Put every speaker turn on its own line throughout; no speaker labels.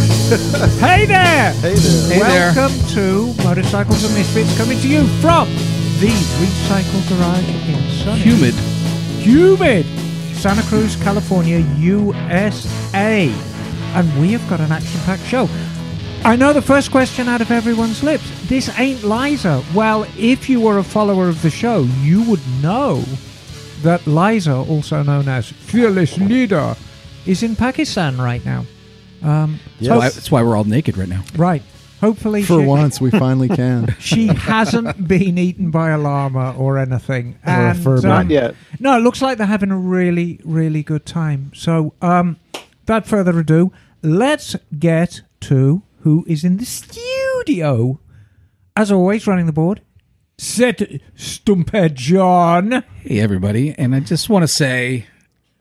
Hey there!
Hey there.
Hey there.
Welcome to Motorcycles and Misfits coming to you from the Recycle Garage in Sunny.
Humid.
Humid! Santa Cruz, California, USA. And we have got an action packed show. I know the first question out of everyone's lips this ain't Liza. Well, if you were a follower of the show, you would know that Liza, also known as Fearless Leader, is in Pakistan right now. Um,
Yes.
That's why- That's why we're all naked right now.
Right. Hopefully,
For
she,
once, we finally can.
she hasn't been eaten by a llama or anything.
Or a
And,
fur
um,
Not
yet.
No, it looks like they're having a really, really good time. So, um, without further ado, let's get to who is in the studio. As always, running the board, Set Stumped John.
Hey, everybody. And I just want to say,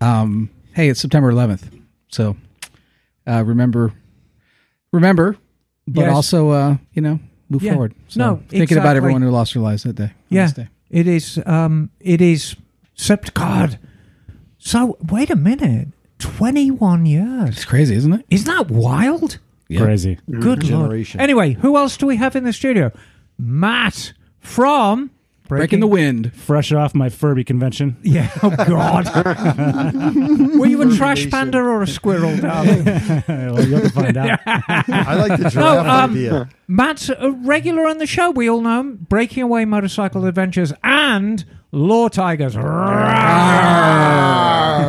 um, hey, it's September 11th. So uh, remember, remember, but
Yes.
also, uh, you know, move
Yeah.
forward. So
No,
thinking
exactly.
about everyone who lost their lives that day. on
Yeah,
this day.
it is. Um, it is. Sept God. So wait a minute. Twenty-one years.
It's crazy, isn't it?
Isn't that wild?
Yeah.
Crazy.
Good
Generation.
lord. Anyway, who else do we have in the studio? Matt from
Breaking the wind.
Fresh off my Furby convention.
Yeah. Oh God. Were you a trash panda or a squirrel, darling?
Uh, Well, you'll have to find out.
I like the giraffe
um,
idea.
Matt's a regular on the show. We all know him. Breaking Away Motorcycle Adventures and Law Tigers.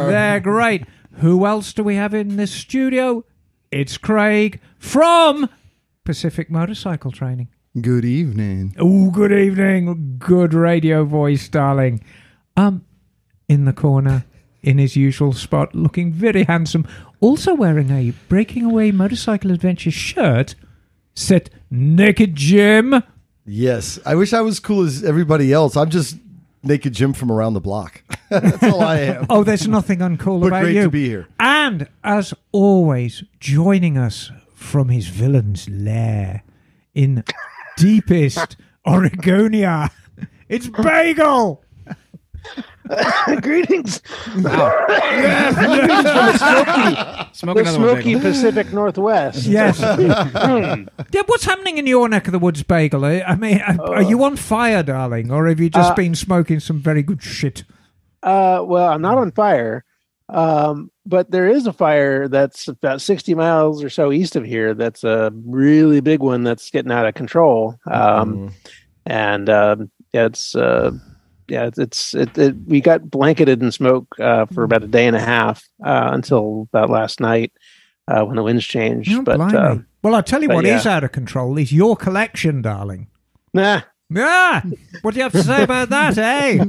They're great. Who else do we have in the studio? It's Craig from Pacific Motorcycle Training.
Good evening.
Oh, good evening. Good radio voice, darling. Um, in the corner, in his usual spot, looking very handsome, also wearing a Breaking Away Motorcycle Adventure shirt, set Naked Jim.
Yes. I wish I was cool as everybody else. I'm just naked Jim from around the block. That's all I am.
Oh, there's nothing uncool
But
about
great
you.
to be here.
And as always, joining us from his villain's lair in deepest Oregonia, it's Bagel.
Greetings,
Smoke
the
another one,
Smoky
Bagel.
Pacific Northwest.
Yes. yeah, what's happening in your neck of the woods, Bagel? I I mean, are, are you on fire, darling, or have you just
Uh,
been smoking some very good shit?
Uh, well, I'm not on fire, um, but there is a fire that's about 60 miles or so east of here. That's a really big one that's getting out of control, um,
Mm-hmm.
and um, yeah, it's uh, yeah, it's, it's it, it. We got blanketed in smoke uh, for about a day and a half uh, until about last night uh, when the winds changed.
Oh,
but
blimey.
uh,
well, I'll tell you
but
what is
yeah.
out of control is your collection, darling.
nah,
Yeah. What do you have to say about that, eh?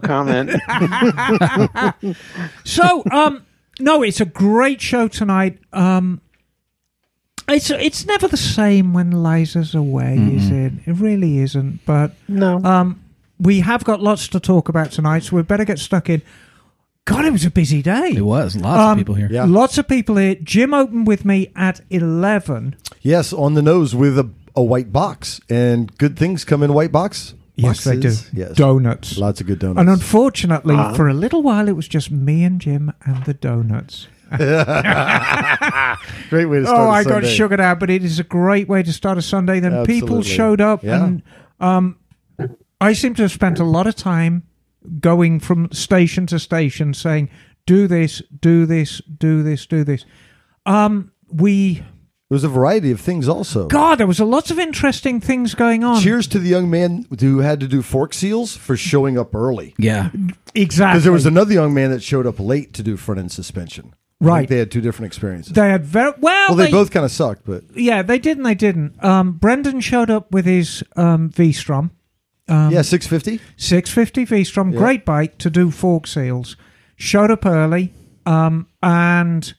comment.
so um no it's a great show tonight um it's it's never the same when Liza's away is it it really isn't but
No.
um we have got lots to talk about tonight so we better get stuck in god it was a busy day
It was. Lots
Um,
of people here.
Yeah.
lots of people here jim opened with me at 11
Yes, on the nose with a, a white box. And good things come in white box.
yes they do
boxes. Yes.
donuts
Lots of good donuts.
and unfortunately for a little while it was just me and jim and the donuts
Great way to start.
Oh,
a
I got
Sunday.
sugared out, but it is a great way to start a Sunday. Then people
Absolutely.
showed up,
Yeah.
and um, I seem to have spent a lot of time going from station to station saying, "Do this, do this, do this, do this." Um, we
There was a variety of things also.
God, there was a lot of interesting things going on.
Cheers to the young man who had to do fork seals for showing up early.
Yeah.
exactly.
Because there was another young man that showed up late to do front end suspension. I think
Right.
they had two different experiences.
they had very well.
well, they, both kind of sucked, but
yeah, they did and they didn't. Um, Brendan showed up with his um, V-Strom. Um,
yeah, six fifty.
650 V-Strom, great bike to do fork seals. Showed up early, um, and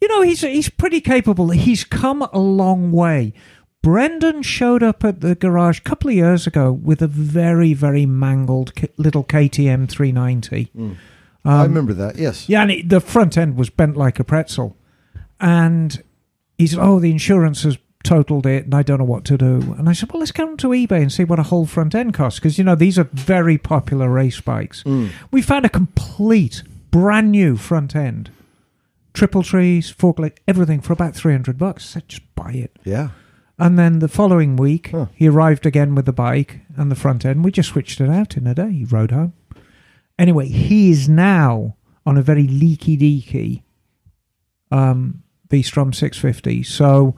you know he's he's pretty capable. He's come a long way. Brendan showed up at the garage a couple of years ago with a very very mangled k- little KTM 390.
I
um,
remember that. Yes.
Yeah, and it, the front end was bent like a pretzel. And he said, Oh, the insurance has totaled it and I don't know what to do. And I said, Well, let's go onto eBay and see what a whole front end costs. Because, you know, these are very popular race bikes. We found a complete brand new front end. triple trees, forklift, everything for about 300 bucks. I said, just buy it.
Yeah.
And then the following week,
Huh.
he arrived again with the bike and the front end. We just switched it out in a day. He rode home. Anyway, he is now on a very leaky deaky um, V-Strom 650. So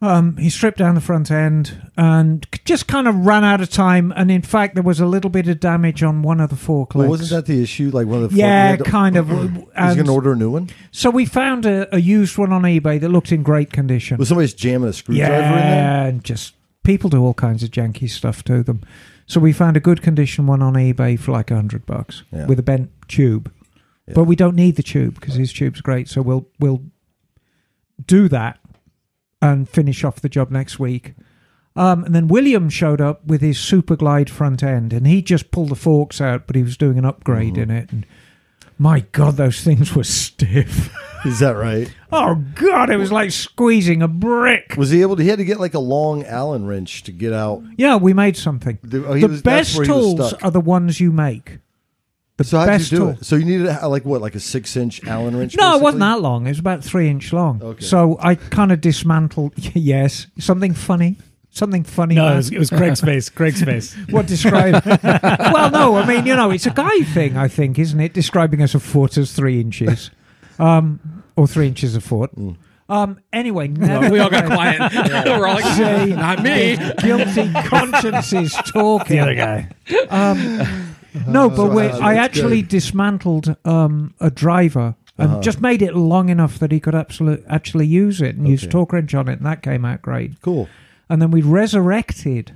um, he stripped down the front end and c- just kind of ran out of time. And in fact, there was a little bit of damage on one of the forklifts.
Well, wasn't that the issue? Like one of the
Yeah,
fork-
kind of. um,
He's
And
gonna order a new one.
so we found a, a used one on eBay that looked in great condition.
Well, somebody's jamming a screwdriver in there.
Yeah, and just people do all kinds of janky stuff to them. So we found a good condition one on eBay for like a hundred bucks
Yeah.
with a bent tube,
Yeah.
but we don't need the tube because his tube's great. So we'll we'll do that and finish off the job next week. Um, and then William showed up with his Super Glide front end, and he just pulled the forks out, but he was doing an upgrade
Mm-hmm.
in it. And my God, those things were stiff.
Is that right?
oh God, it was like squeezing a brick.
Was he able to? He had to get like a long Allen wrench to get out.
Yeah, we made something.
The,
The,
oh, he was- that's
best
where he was
tools
stuck.
are the ones you make. The
So how'd you
best
do
tool.
it? So you needed uh, like what, like a six-inch Allen wrench?
No, it wasn't
basically?
that long. It was about three inch long.
Okay.
So I kind of dismantled. Yes, something funny. Something funny.
No, it
man.
was, it was Craig's face. Craig's face.
what describe? well, no, I mean you know it's a guy thing, I think, isn't it? Describing us a foot as three inches, um, or three inches a foot.
Mm.
Um, anyway, never
we all got quiet. We're all like,
Say
not me.
guilty consciences talking. Um,
The other guy.
No, but
so
we
how-
I
it's
actually
Uh, good.
dismantled um, a driver and
Uh-huh.
just made it long enough that he could absolutely actually use it and use
Okay.
torque wrench on it, and that came out great.
Cool.
And then we resurrected.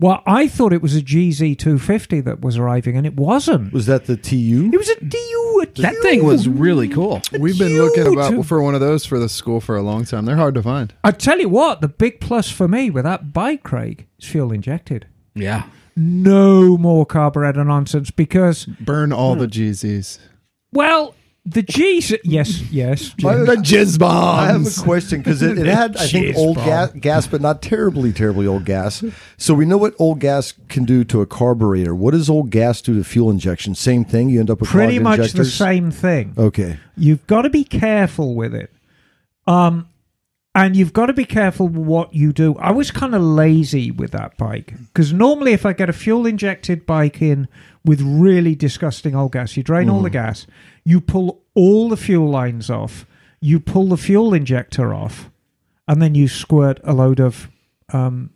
Well, I thought it was a GZ250 that was arriving, and it wasn't.
Was that the TU?
It was a DU. A
That
DU.
thing was really cool.
We've been looking
Huge.
about for one of those for the school for a long time. They're hard to find.
I tell you what, the big plus for me with that bike, Craig, is fuel injected.
Yeah.
No more carburetor nonsense because,
Burn all the GZs.
well, the G's. Yes, yes.
The jizz
I have
bombs.
a question because it, it had, I think,
Jeez,
old
Bob.
ga- gas, but not terribly, terribly old gas. So we know what old gas can do to a carburetor. What does old gas do to fuel injection? Same thing. You end up with
Pretty
clogged
much the
injectors?
same thing.
Okay.
You've got to be careful with it. Um, and you've got to be careful what you do. I was kind of lazy with that bike because normally, if I get a fuel injected bike in with really disgusting old gas, you drain all the gas, you pull all the fuel lines off, you pull the fuel injector off, and then you squirt a load of um,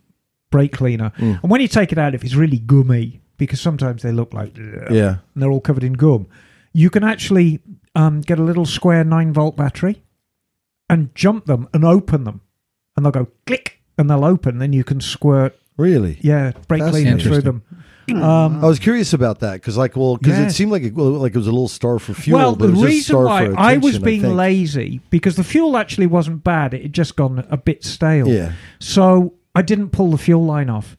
brake cleaner. And when you take it out, if it's really gummy, because sometimes they look like
Yeah.
and they're all covered in gum. You can actually um, get a little square nine volt battery and jump them and open them, and they'll go click and they'll open. Then you can squirt,
Really?
yeah, brake
That's
cleaner through them. Um,
I was curious about that because, like, well, because
Yeah.
it seemed like it, well, like it was a little star for fuel.
well, the
but it was just
reason
star
why
for
I was
attention,
being
think.
lazy because the fuel actually wasn't bad; it had just gone a bit stale.
Yeah.
So I didn't pull the fuel line off.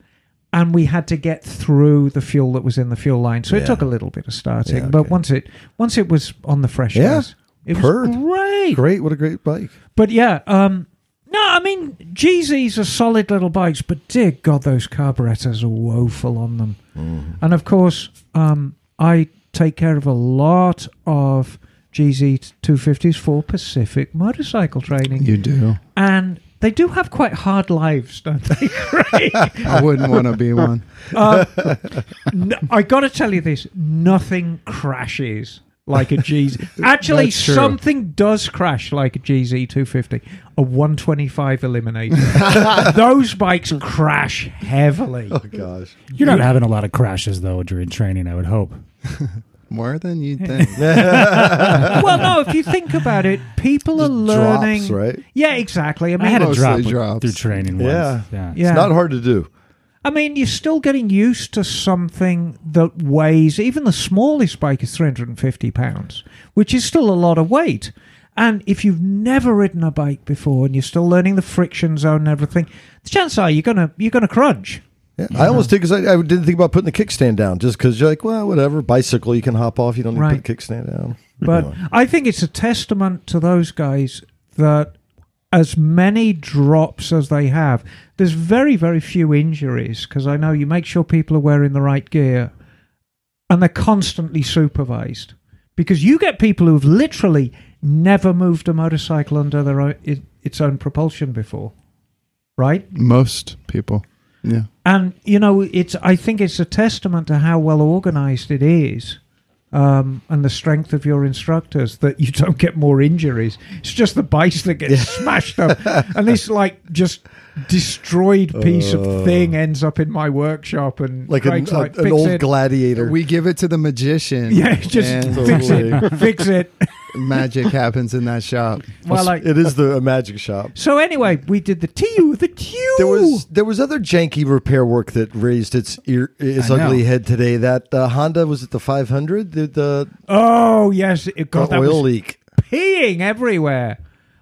And we had to get through the fuel that was in the fuel line, so
Yeah.
it took a little bit of starting.
Yeah,
But
okay.
once it once it was on the fresh
Yeah.
gas, it
Purred.
was great.
Great. What a great bike.
But yeah, um, no, I mean GZs are solid little bikes, but dear God, those carburetors are woeful on them.
Mm-hmm.
And of course, um, I take care of a lot of GZ 250s for Pacific motorcycle training,
You do.
and they do have quite hard lives, don't they? Craig?
I wouldn't want to be one.
No, I got to tell you this: nothing crashes like a GZ. Actually,
That's true.
something does crash like a GZ 250, a 125 Eliminator. Those bikes crash heavily.
Oh, gosh.
You're not having a lot of crashes, though, during training, I would hope.
More than you'd think.
well, no, if you think about it, people are
drops,
learning.
right?
Yeah, exactly. I mean,
I
I,
had a
Mostly
drop
drops.
through training once.
Yeah.
Yeah.
Yeah.
It's not hard to do.
mean, you're still getting used to something that weighs. Even the smallest bike is 350 pounds, which is still a lot of weight. And if you've never ridden a bike before and you're still learning the friction zone and everything, the chances are you're gonna you're gonna crunch.
Yeah, I almost did because I, I didn't think about putting the kickstand down just because you're like, well, whatever, bicycle, you can hop off. You don't need
Right.
to put the kickstand down.
But
Anyway.
I think it's a testament to those guys that as many drops as they have, there's very, very few injuries because I know you make sure people are wearing the right gear and they're constantly supervised. Because you get people who've literally never moved a motorcycle under their own, it, its own propulsion before, right?
Most people. Yeah.
And you know, it's I think it's a testament to how well organized it is. Um, and the strength of your instructors that you don't get more injuries. It's just the base that gets smashed up, and this like just destroyed piece of thing ends up in my workshop and
Oh. Like, an,
Craig's
a-
like,
an
"Fix
old
it."
gladiator.
We give it to the magician.
Yeah, just
and
fix it.
Totally.
fix it.
magic happens in that shop.
Well, like,
it is the a magic shop.
so anyway, we did the TU, the Q.
There was there was other janky repair work that raised its ear, its
I know.
ugly head today. That uh, Honda was it the 500? The the,
oh yes, it got
the
that
oil
was
leak.
peeing everywhere.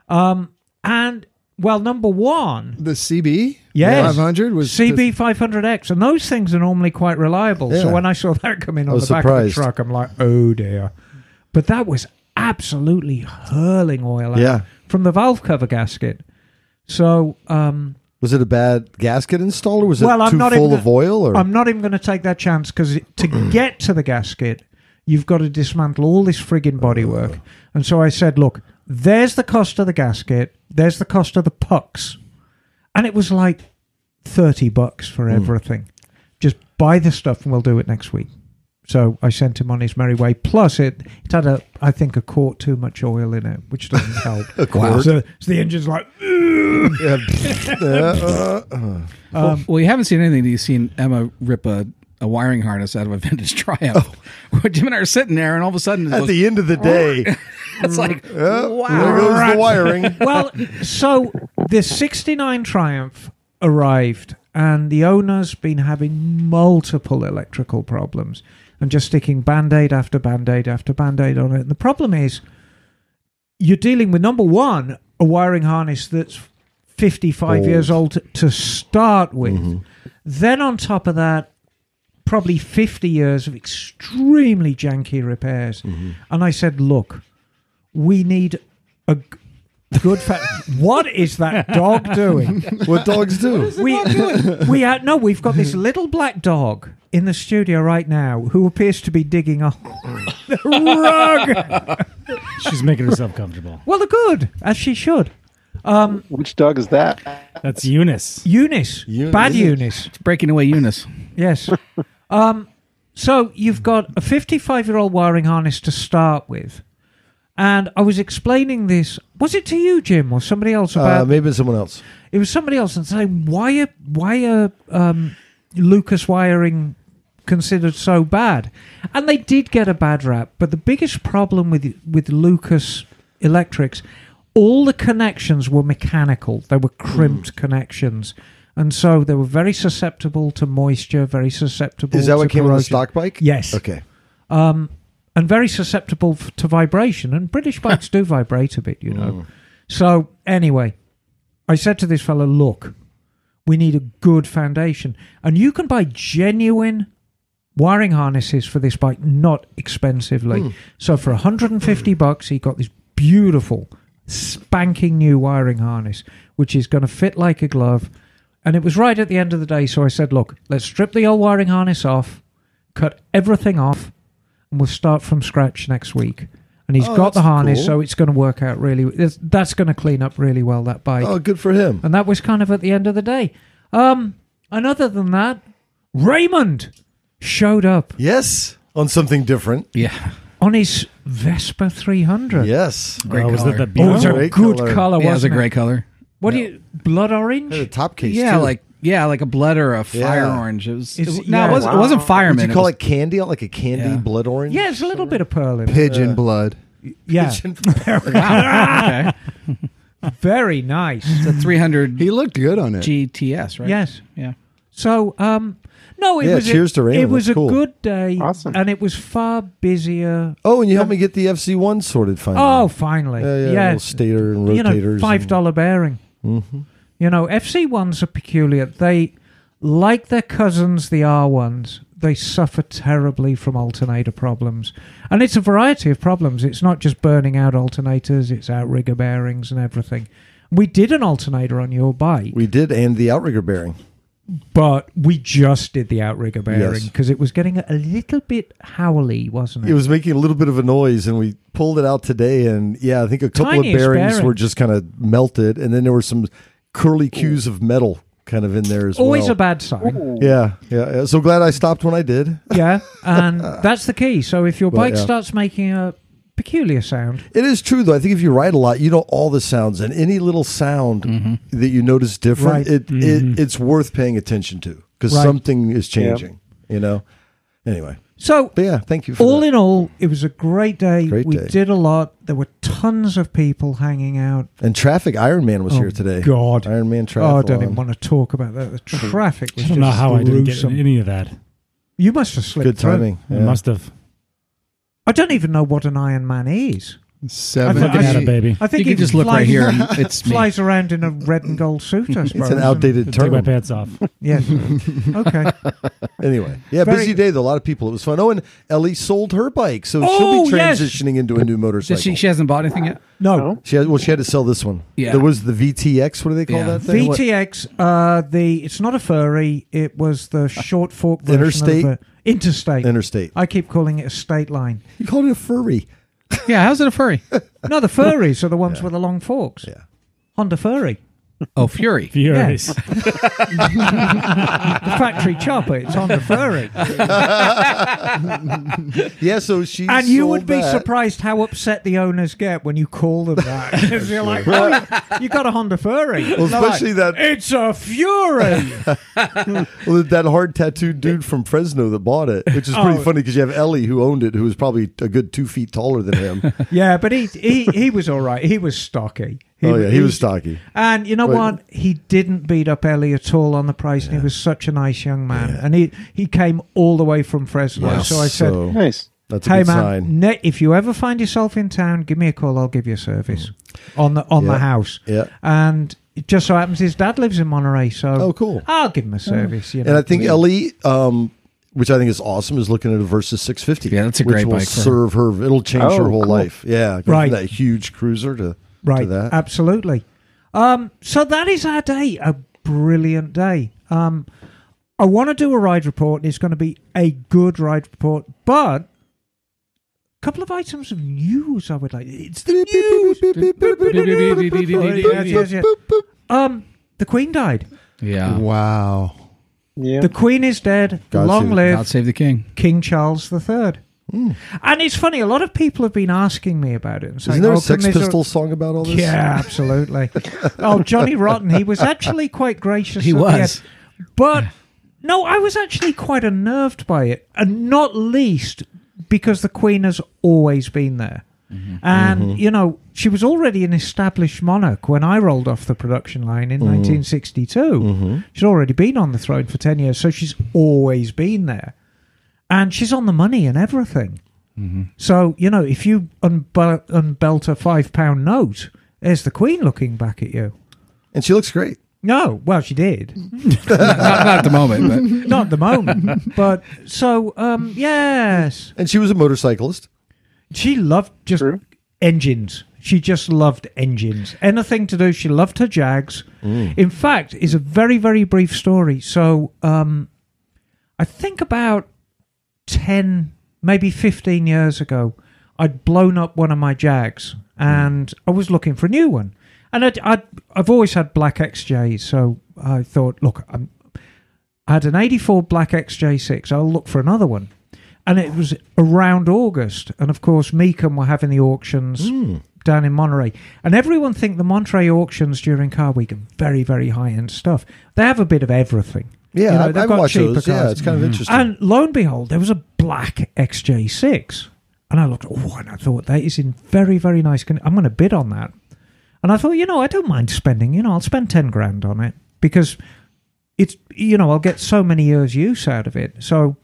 Um, and well, number one,
The CB?
Yes.
500 was
CB 500X, and those things are normally quite reliable. So
Yeah.
when I saw that come in on the
was
back
surprised.
of the truck, I'm like, oh dear. But that was absolutely hurling oil out
Yeah.
from the valve cover gasket. So um,
Was it a bad gasket install or was
Well,
it
I'm
too
not
full
even-
of oil? Or
I'm not even going to take that chance because
Mm.
to get to the gasket, you've got to dismantle all this friggin' bodywork. And so I said, look, there's the cost of the gasket, there's the cost of the pucks. And it was like 30 bucks
Mm.
for everything. Just buy the stuff and we'll do it next week. So I sent him on his merry way. Plus, it, it had, a, I think, a quart too much oil in it, which doesn't help.
a quart?
So, so the engine's like,
Yeah. Yeah, uh, uh.
well, well, you haven't seen anything. that You've seen Emma rip a, a wiring harness out of a vintage Triumph. Jim and I are sitting there, and all of a sudden, it
At
goes-
the end of the day,
it's like,
uh, there
wow.
goes the wiring.
well, so the 69 Triumph arrived, and the owner's been having multiple electrical problems and just sticking band aid after band aid after band aid on it. And the problem is, you're dealing with number one, a wiring harness that's 55
Old.
years old to start with. Then, on top of that, probably 50 years of extremely janky repairs. And I said, look, we need a g- good fa- what is that dog doing
What dogs do?
we, we uh, no we've got this little black dog in the studio right now who appears to be digging a hole in the rug
She's making herself comfortable.
well the good as she should
Which dog is that?
That's Eunice.
eunice,
Eunice.
bad eunice
It's breaking away Eunice.
yes um, so you've got a 55 year old wiring harness to start with and i was explaining this was it to you jim or somebody else about
Uh, maybe it's someone else.
it was somebody else and saying why are why are um, Lucas wiring considered so bad, and they did get a bad rap. But the biggest problem with with Lucas Electrics, all the connections were mechanical. They were
Mm.
crimped connections. And so they were very susceptible to moisture, very susceptible.
Is that
to
what came on the
corrosion.
stock bike?
Yes
Okay.
and very susceptible f- to vibration. And British bikes do vibrate a bit, you know.
Mm.
So anyway, I said to this fellow, "Look, we need a good foundation, and you can buy genuine." Wiring harnesses for this bike not expensively.
Hmm.
So for 150 bucks, he got this beautiful, spanking new wiring harness, which is going to fit like a glove. And it was right at the end of the day. So I said, "Look, let's strip the old wiring harness off, cut everything off, and we'll start from scratch next week. And he's
Oh,
got the
that's
harness,
cool.
so it's going to work out really. it's- That's going to clean up really well that bike.
Oh, good for him.
And that was kind of at the end of the day. Um, and other than that, Raymond showed up
Yes, on something different.
Yeah.
on his Vespa 300.
Yes.
Great
Oh, was
color.
that the
Oh, it was
Beetle?
a
Great
good color,
colour.
Yeah, it was a
wasn't it?
great color.
What do you blood
Had a
orange?
top case.
yeah,
too.
like yeah, like a blood or a fire
Yeah.
orange. It was.
Is
it,
it-
no,
yeah.
it wasn't. It wasn't
Would
fireman.
you call
was-
it candy? Like a candy
Yeah.
blood orange?
Yeah, it's a little bit of pearl in it.
Pigeon blood.
Yeah,
wow. okay.
very nice.
It's a 300
He looked good on it.
GTS, right?
Yes.
Yeah.
So, um, no, it
Yeah,
was
cheers
a,
to Raymond.
It was
That's
a
cool.
good day,
Awesome.
and it was far busier.
Oh, and you helped me get the FC1 sorted finally.
Oh, finally,
yeah, yeah,
yeah,
little stator and Mm-hmm. rotators.
you know, five
and-
dollar bearing. You know, FC ones are peculiar. They, like their cousins, the R ones, they suffer terribly from alternator problems, and it's a variety of problems. It's not just burning out alternators; it's outrigger bearings and everything. We did an alternator on your bike.
We did, and the outrigger bearing.
But we just did the outrigger bearing
Yes.
because it was getting a little bit howly, wasn't it?
It was making a little bit of a noise, and we pulled it out today. And yeah, I think a couple
Tiniest
of bearings
bearing.
were just kind of melted, and then there were some curly cues of metal kind of in there as
Always
well.
a bad sign.
yeah, yeah, yeah. So glad I stopped when I did.
Yeah, and that's the key. So if your
But,
bike
yeah.
starts making a peculiar sound,
It is true, though. I think if you ride a lot, you know all the sounds, and any little sound that you notice different,
Mm-hmm. Right. Mm-hmm.
it, it it's worth paying attention to because
Right.
something is changing. You know. Anyway,
so
but yeah, thank you. for
all
that.
in all, it was a great day.
Great
we
day.
did a lot. There were tons of people hanging out.
And traffic, Iron Man was
Oh,
here today.
God.
Iron Man traffic.
Oh, I don't even want to talk about that. The
Hmm.
traffic was
I don't know
just
how I didn't get
gruesome.
any of that.
You must have slipped.
Good
through.
timing.
I
Yeah.
must have.
I don't even know what an Iron Man is.
I
Seven.
fucking had a baby.
I think he
you can just look
flies-
right here. And it's me.
Flies around in a red and gold suit. I suppose.
It's an outdated
Take my
term.
pants off.
Yeah. Okay.
Anyway, yeah,
Very-
busy day though. A lot of people. It was fun. Oh, and Ellie sold her bike, so she'll
Oh,
be
yes.
transitioning into a new motorcycle.
Does she, she hasn't bought anything yet.
No.
No?
She had, well, she had to sell this one.
Yeah.
there was the VTX. What do they call
Yeah.
that thing? What-
VTX, uh, the it's not a furry. It was the short fork version
Interstate?
Of a, interstate.
Interstate.
I keep calling it a state line.
You called it a furry.
Yeah, how's it a furry?
No, the furries are the ones with the long forks.
Yeah.
Honda Furry,
Oh, Fury.
Furious.
the factory chopper. It's Honda Furry,
Yeah, so she
and you
sold
would be
that.
surprised how upset the owners get when you call them that. 'Cause you're like, oh, you got a Honda Furry.
Well,
And they're like,
especially that-
It's a Fury.
Well, that hard tattooed dude from Fresno that bought it, which is pretty
Oh.
funny because you have Ellie who owned it, who was probably a good two feet taller than him.
yeah, but he, he he was all right. He was stocky. He,
oh yeah, he was
stocky.
stocky.
And you know
But-
what? He didn't beat up Ellie at all on the price, and he was such a nice young man. And he, he came all the way from Fresno.
Wow.
So I said,
So
Nice.
that's a
"Hey
good
man,
sign.
ne- if you ever find yourself in town, give me a call. I'll give you a service on the on
Mm. Yeah.
the house."
Yeah.
And it just so happens his dad lives in Monterey, so
Oh, cool.
I'll give him a service. You know,
And I think Ellie, um, which I think is awesome, is looking at a Versus 650.
Yeah, that's a
which
great
will
bike for her.
serve her. It'll change
Oh,
her whole
cool.
life. Yeah, go from
Right.
That huge cruiser to To
right?
that.
Absolutely. Um, so that is our day. A brilliant day. Um, I want to do a ride report, and it's going to be a good ride report, but. couple of items of news I would like. It's the news. Oh, Yes, yes, yes. Um, the Queen died.
Yeah.
Wow.
Yeah.
The Queen is dead.
God
Long
save the-
live
God save the king.
King Charles III. And it's funny. A lot of people have been asking me about it. And saying,
Hmm. Isn't there
oh,
a Sex
commiser-
Pistols song about all this?
Yeah, absolutely. oh, Johnny Rotten. He was actually quite gracious.
He
at the
was.
end. but no, I was actually quite unnerved by it, and not least because the Queen has always been there. And you know she was already an established monarch when I rolled off the production line in 1962. She's already been on the throne for ten years, so she's always been there, and she's on the money and everything. So you know, if you unbel- unbelt a five pound note, there's the Queen looking back at you.
And she looks great.
No, well, she did
Not, not at the moment, but
not at the moment, but so um, yes,
And she was a motorcyclist.
she loved just
True.
engines. She just loved engines. Anything to do, she loved her Jags. In fact, is a very very brief story. So um, I think about ten, maybe fifteen years ago, I'd blown up one of my Jags,
Hmm.
and I was looking for a new one. And I'd, I'd, I've always had black XJs, so I thought, look, I'm, I had an 84 black XJ6. I'll look for another one. And it was around August. And of course, Meekum were having the auctions
Hmm.
down in Monterey. And everyone think the Monterey auctions during car week are very, very high end stuff. They have a bit of everything.
Yeah,
You know,
I-
they've
I,
got
watch
cheaper
those. Yeah,
cars. Mm.
it's kind of interesting.
And lo and behold, there was a black XJ6. And I looked, oh, and I thought, that is in very, very nice condition. I'm going to bid on that. And I thought, you know, I don't mind spending, you know, I'll spend 10 grand on it because it's, you know, I'll get so many years' use out of it. So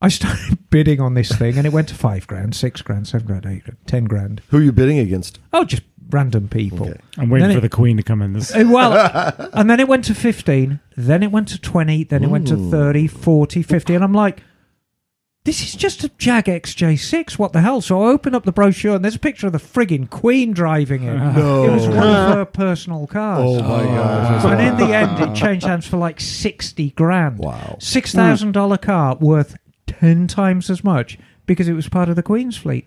I started bidding on this thing and it went to five grand, six grand, seven grand, eight grand, 10 grand.
Who are you bidding against?
Oh, just random people.
Okay.
I'm waiting
Then
for
it-
the queen to come in. This
Uh, well, and then it went to 15, then it went to 20, then it went to 30, 40, 50. And I'm like, This is just a Jag XJ6. What the hell? So I open up the brochure and there's a picture of the friggin' Queen driving it.
No.
It was one of her personal cars.
Oh my gosh.
And in the end, it changed hands for like 60 grand.
Wow.
$6,000 car worth 10 times as much because it was part of the Queen's fleet.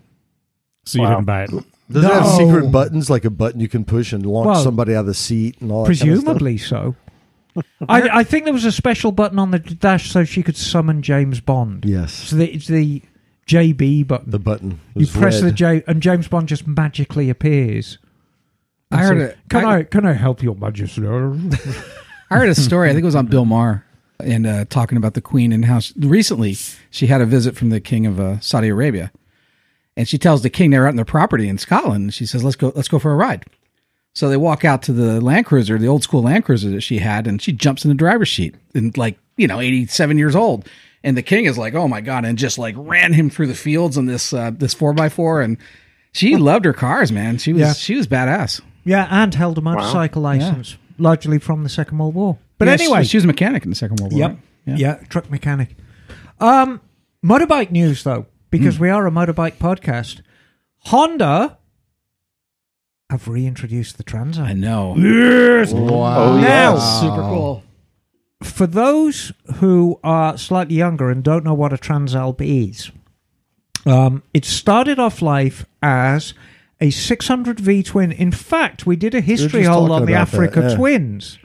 So you
Wow.
didn't buy it.
Does it have
No.
secret buttons, like a button you can push and launch
Well,
somebody out of the seat and all that kind of stuff?
Presumably so. I, I think there was a special button on the dash so she could summon James Bond.
Yes.
So the, it's the JB button.
The button.
you
was
press the
red.
J, and James Bond just magically appears.
I
And
heard
says,
it.
Can
I-
I, can I help your Majesty?
I heard a story. I think it was on Bill Maher and uh, talking about the Queen and how she, recently she had a visit from the King of uh, Saudi Arabia, and she tells the King they're out on their property in Scotland. And she says, "Let's go. Let's go for a ride." So they walk out to the Land Cruiser, the old school Land Cruiser that she had, and she jumps in the driver's seat and like you know, eighty seven years old. And the King is like, "Oh my god!" and just like ran him through the fields on this uh, this four by four. And she loved her cars, man. She was
Yeah.
she was badass.
yeah, and held a motorcycle license, largely from the Second World War. But
Yeah, she-
anyway,
she, was a mechanic in the Second World War.
Yep.
right?
Yeah. truck mechanic. Um, motorbike news though, because
Hmm.
we are a motorbike podcast. Honda have reintroduced the
I
Transit.
know.
Oh,
Wow.
Now,
Super cool.
for those who are slightly younger and don't know what a Transalp is, um, it started off life as a 600 V twin. In fact, we did a history
just
hole
talking
on the
about that,
Africa
yeah.
Twins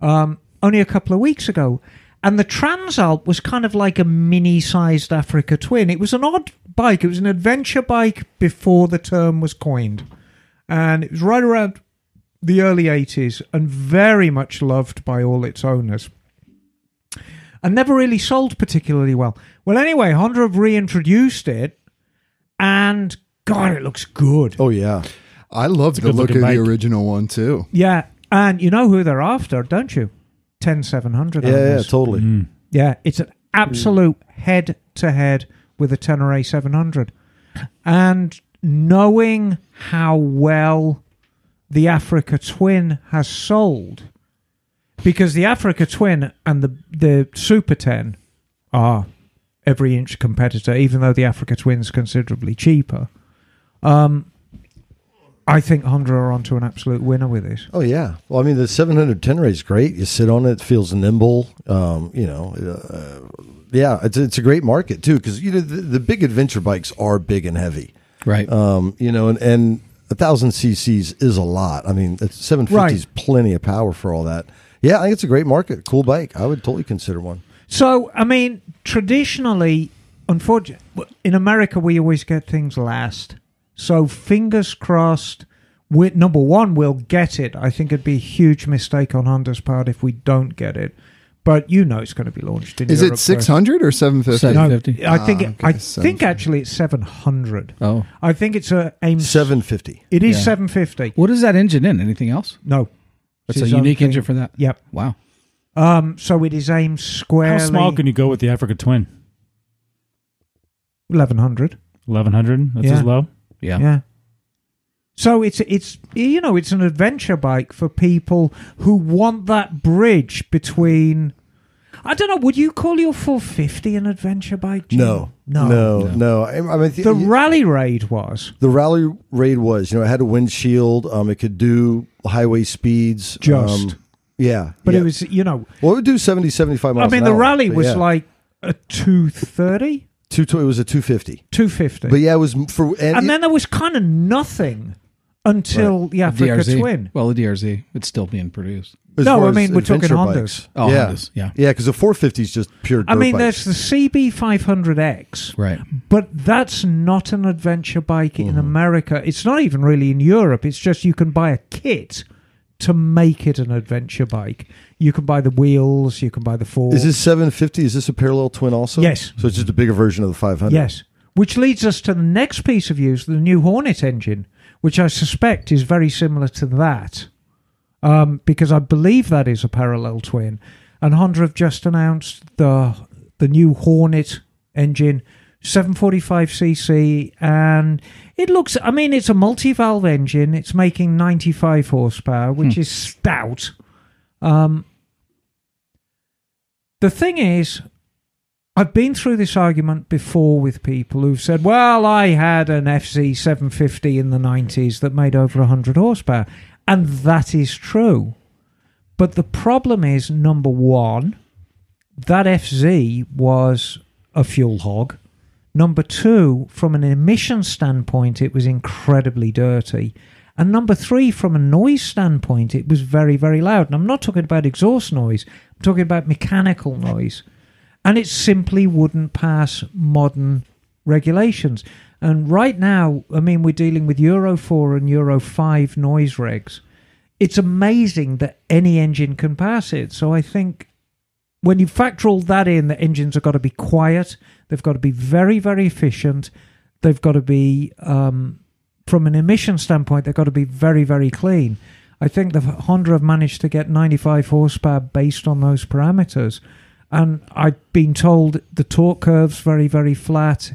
um, only a couple of weeks ago. And the Transalp was kind of like a mini sized Africa Twin. It was an odd bike. It was an adventure bike before the term was coined. And it was right around the early 80s and very much loved by all its owners and never really sold particularly well. Well, anyway, Honda have reintroduced it, and God, it looks good.
Oh, yeah.
I love the look of
good-looking bike.
the original one too.
Yeah, and you know who they're after, don't you? Ten seven hundred.
Yeah, yeah, totally.
Mm. yeah. It's an absolute head to head with a Tenere seven hundred, and knowing how well the Africa Twin has sold, because the Africa Twin and the the Super Ten are every inch competitor, even though the Africa Twin's considerably cheaper. Um, I think Honda are onto an absolute winner with this.
Oh, yeah. Well, I mean, the 700 Tenere is great. You sit on it, it feels nimble. Um, you know, uh, yeah, it's, it's a great market, too, because, you know, the, the big adventure bikes are big and heavy.
Right.
Um, you know, and, and a thousand cc's is a lot. I mean, seven fifty is
Right.
plenty of power for all that. Yeah, I think it's a great market, cool bike. I would totally consider one.
So, I mean, traditionally, unfortunately, in America, we always get things last. So, fingers crossed, we, number one, we'll get it. I think it'd be a huge mistake on Honda's part if we don't get it. But you know it's going to be launched in
Is
Europe
it
first.
600 or 750?
No,
750?
I think, it,
Ah,
I
okay,
think
750.
actually it's 700.
oh.
I think it's a aim.
Seven fifty.
It is
Yeah.
750.
What is that engine in? Anything else?
No.
That's
It's
a
his own
unique
thing.
engine for that.
Yep.
Wow.
Um, so it is aimed squarely.
How small can you go with the Africa Twin?
1100.
1100? That's
Yeah.
as low?
Yeah.
Yeah. So it's it's you know it's an adventure bike for people who want that bridge between. I don't know. Would you call your 450 an adventure bike? Jim?
No,
no,
no, no. I, I mean, th-
The
y-
rally raid was
the rally raid was, you know, it had a windshield. Um, it could do highway speeds.
Just.
um, yeah,
but
yeah.
it was you know
well, it would do 70, 75
I
miles.
mean
an
the
hour,
rally
but
was
yeah.
like a 230,
two. tw- It was a two fifty.
250,
But yeah, it was m- for and,
and
it-
then there was kind of nothing until the
The
Africa
DRZ.
Twin.
Well, the DRZ. It's still being produced.
as
no,
far
I
as
mean, we're talking
adventure
Hondas.
bikes.
Oh,
yeah,
Hondas, yeah.
yeah, because the four fifty is just pure.
I
dirt
mean,
bikes.
there's the CB 500X,
Right.
But that's not an adventure bike in America. It's not even really in Europe. It's just you can buy a kit to make it an adventure bike. You can buy the wheels, you can buy the fork.
Is this 750? Is this a parallel twin also?
Yes.
So it's just a bigger version of the 500.
yes. Which leads us to the next piece of news, the new Hornet engine, which I suspect is very similar to that. Um, because I believe that is a parallel twin. And Honda have just announced the the new Hornet engine, 745cc, and it looks I mean it's a multi-valve engine. It's making 95 horsepower, which is stout. Um, the thing is I've been through this argument before with people who've said, well, I had an FC 750 in the 90s that made over 100 horsepower. And that is true. But the problem is number one, that FZ was a fuel hog. Number two, from an emission standpoint, it was incredibly dirty. And number three, from a noise standpoint, it was very, very loud. And I'm not talking about exhaust noise, I'm talking about mechanical noise. And it simply wouldn't pass modern regulations. And right now, I mean, we're dealing with Euro 4 and Euro 5 noise regs. It's amazing that any engine can pass it. So I think when you factor all that in, the engines have got to be quiet. They've got to be very, very efficient. They've got to be, um, from an emission standpoint, they've got to be very, very clean. I think the Honda have managed to get 95 horsepower based on those parameters. And I've been told the torque curve's very, very flat.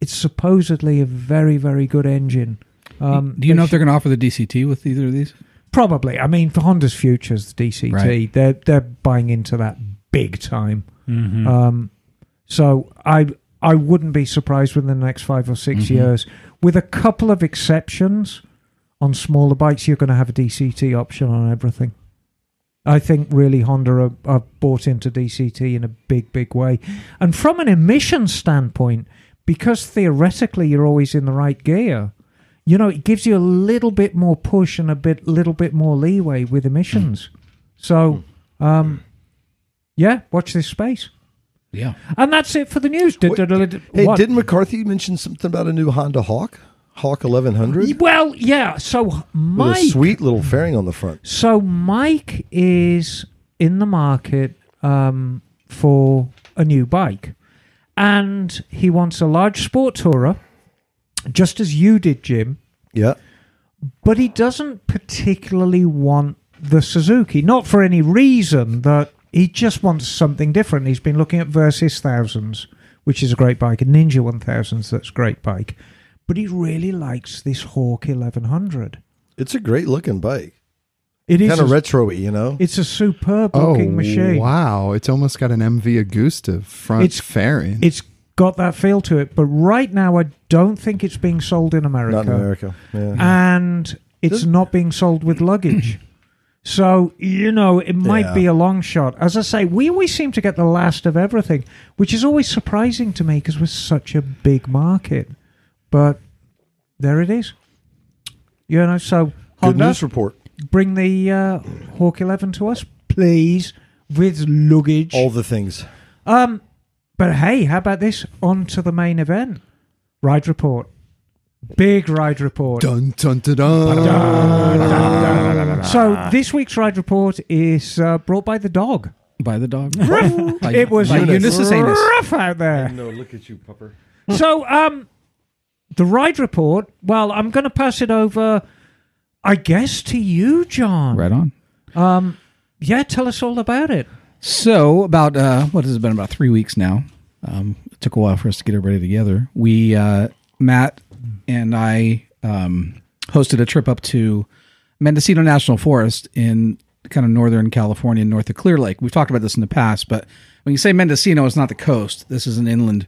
It's supposedly a very, very good engine. Um,
Do you know if
sh-
they're going to offer the DCT with either of these?
Probably. I mean, for Honda's futures, the DCT,
Right.
they're they're buying into that big time.
Mhm.
Um, so I I wouldn't be surprised within the next five or 6
Mhm.
years, with a couple of exceptions on smaller bikes, you're going to have a DCT option on everything. I think really Honda are, are bought into DCT in a big, big way, and from an emission standpoint, because theoretically you're always in the right gear. You know, it gives you a little bit more push and a bit, little bit more leeway with emissions. So, um, yeah, watch this space.
Yeah.
And that's it for the news. Did, did, did-
Hey,
what?
didn't McCarthy mention something about a new Honda Hawk? Hawk 1100?
Well, yeah. So
With a
Mike,
sweet little fairing on the front.
so Mike is in the market um, for a new bike, and he wants a large sport tourer, just as you did, Jim.
Yeah.
But he doesn't particularly want the Suzuki, not for any reason that he just wants something different. He's been looking at Versys Thousands, which is a great bike, and Ninja One Thousands, that's a great bike. But he really likes this Hawk 1100.
It's a great looking bike.
It is
Kind
a,
of retro you know?
it's a superb
Oh,
looking machine.
wow. It's almost got an MV Agusta front
It's-
fairing.
It's got that feel to it, but right now I don't think it's being sold in America. Uh,
Not in America. Yeah.
and it's
Does-
not being sold with luggage. So, you know, it might
Yeah.
be a long shot. As I say, we always seem to get the last of everything, which is always surprising to me because we're such a big market. But there it is. You know, so
Good
Honda,
news report.
bring the uh, Hawk 11 to us, please, with luggage.
All the things.
Um, but hey, how about this? On to the main event. Ride report. Big ride report.
dun dun dun dun.
So this week's ride report is uh, brought by the dog.
By the dog. By-
it was
by
Eunice.
Eunice's anus.
rough out there.
No, look at you, pupper.
So um, the ride report. Well, I'm going to pass it over, I guess, to you, John.
Right on.
Um, yeah, tell us all about it.
So about uh, what has it been about three weeks now? Um, it took a while for us to get everybody together. We uh, Matt and I um, hosted a trip up to Mendocino National Forest in kind of northern California, north of Clear Lake. We've talked about this in the past, but when you say Mendocino, it's not the coast. This is an inland.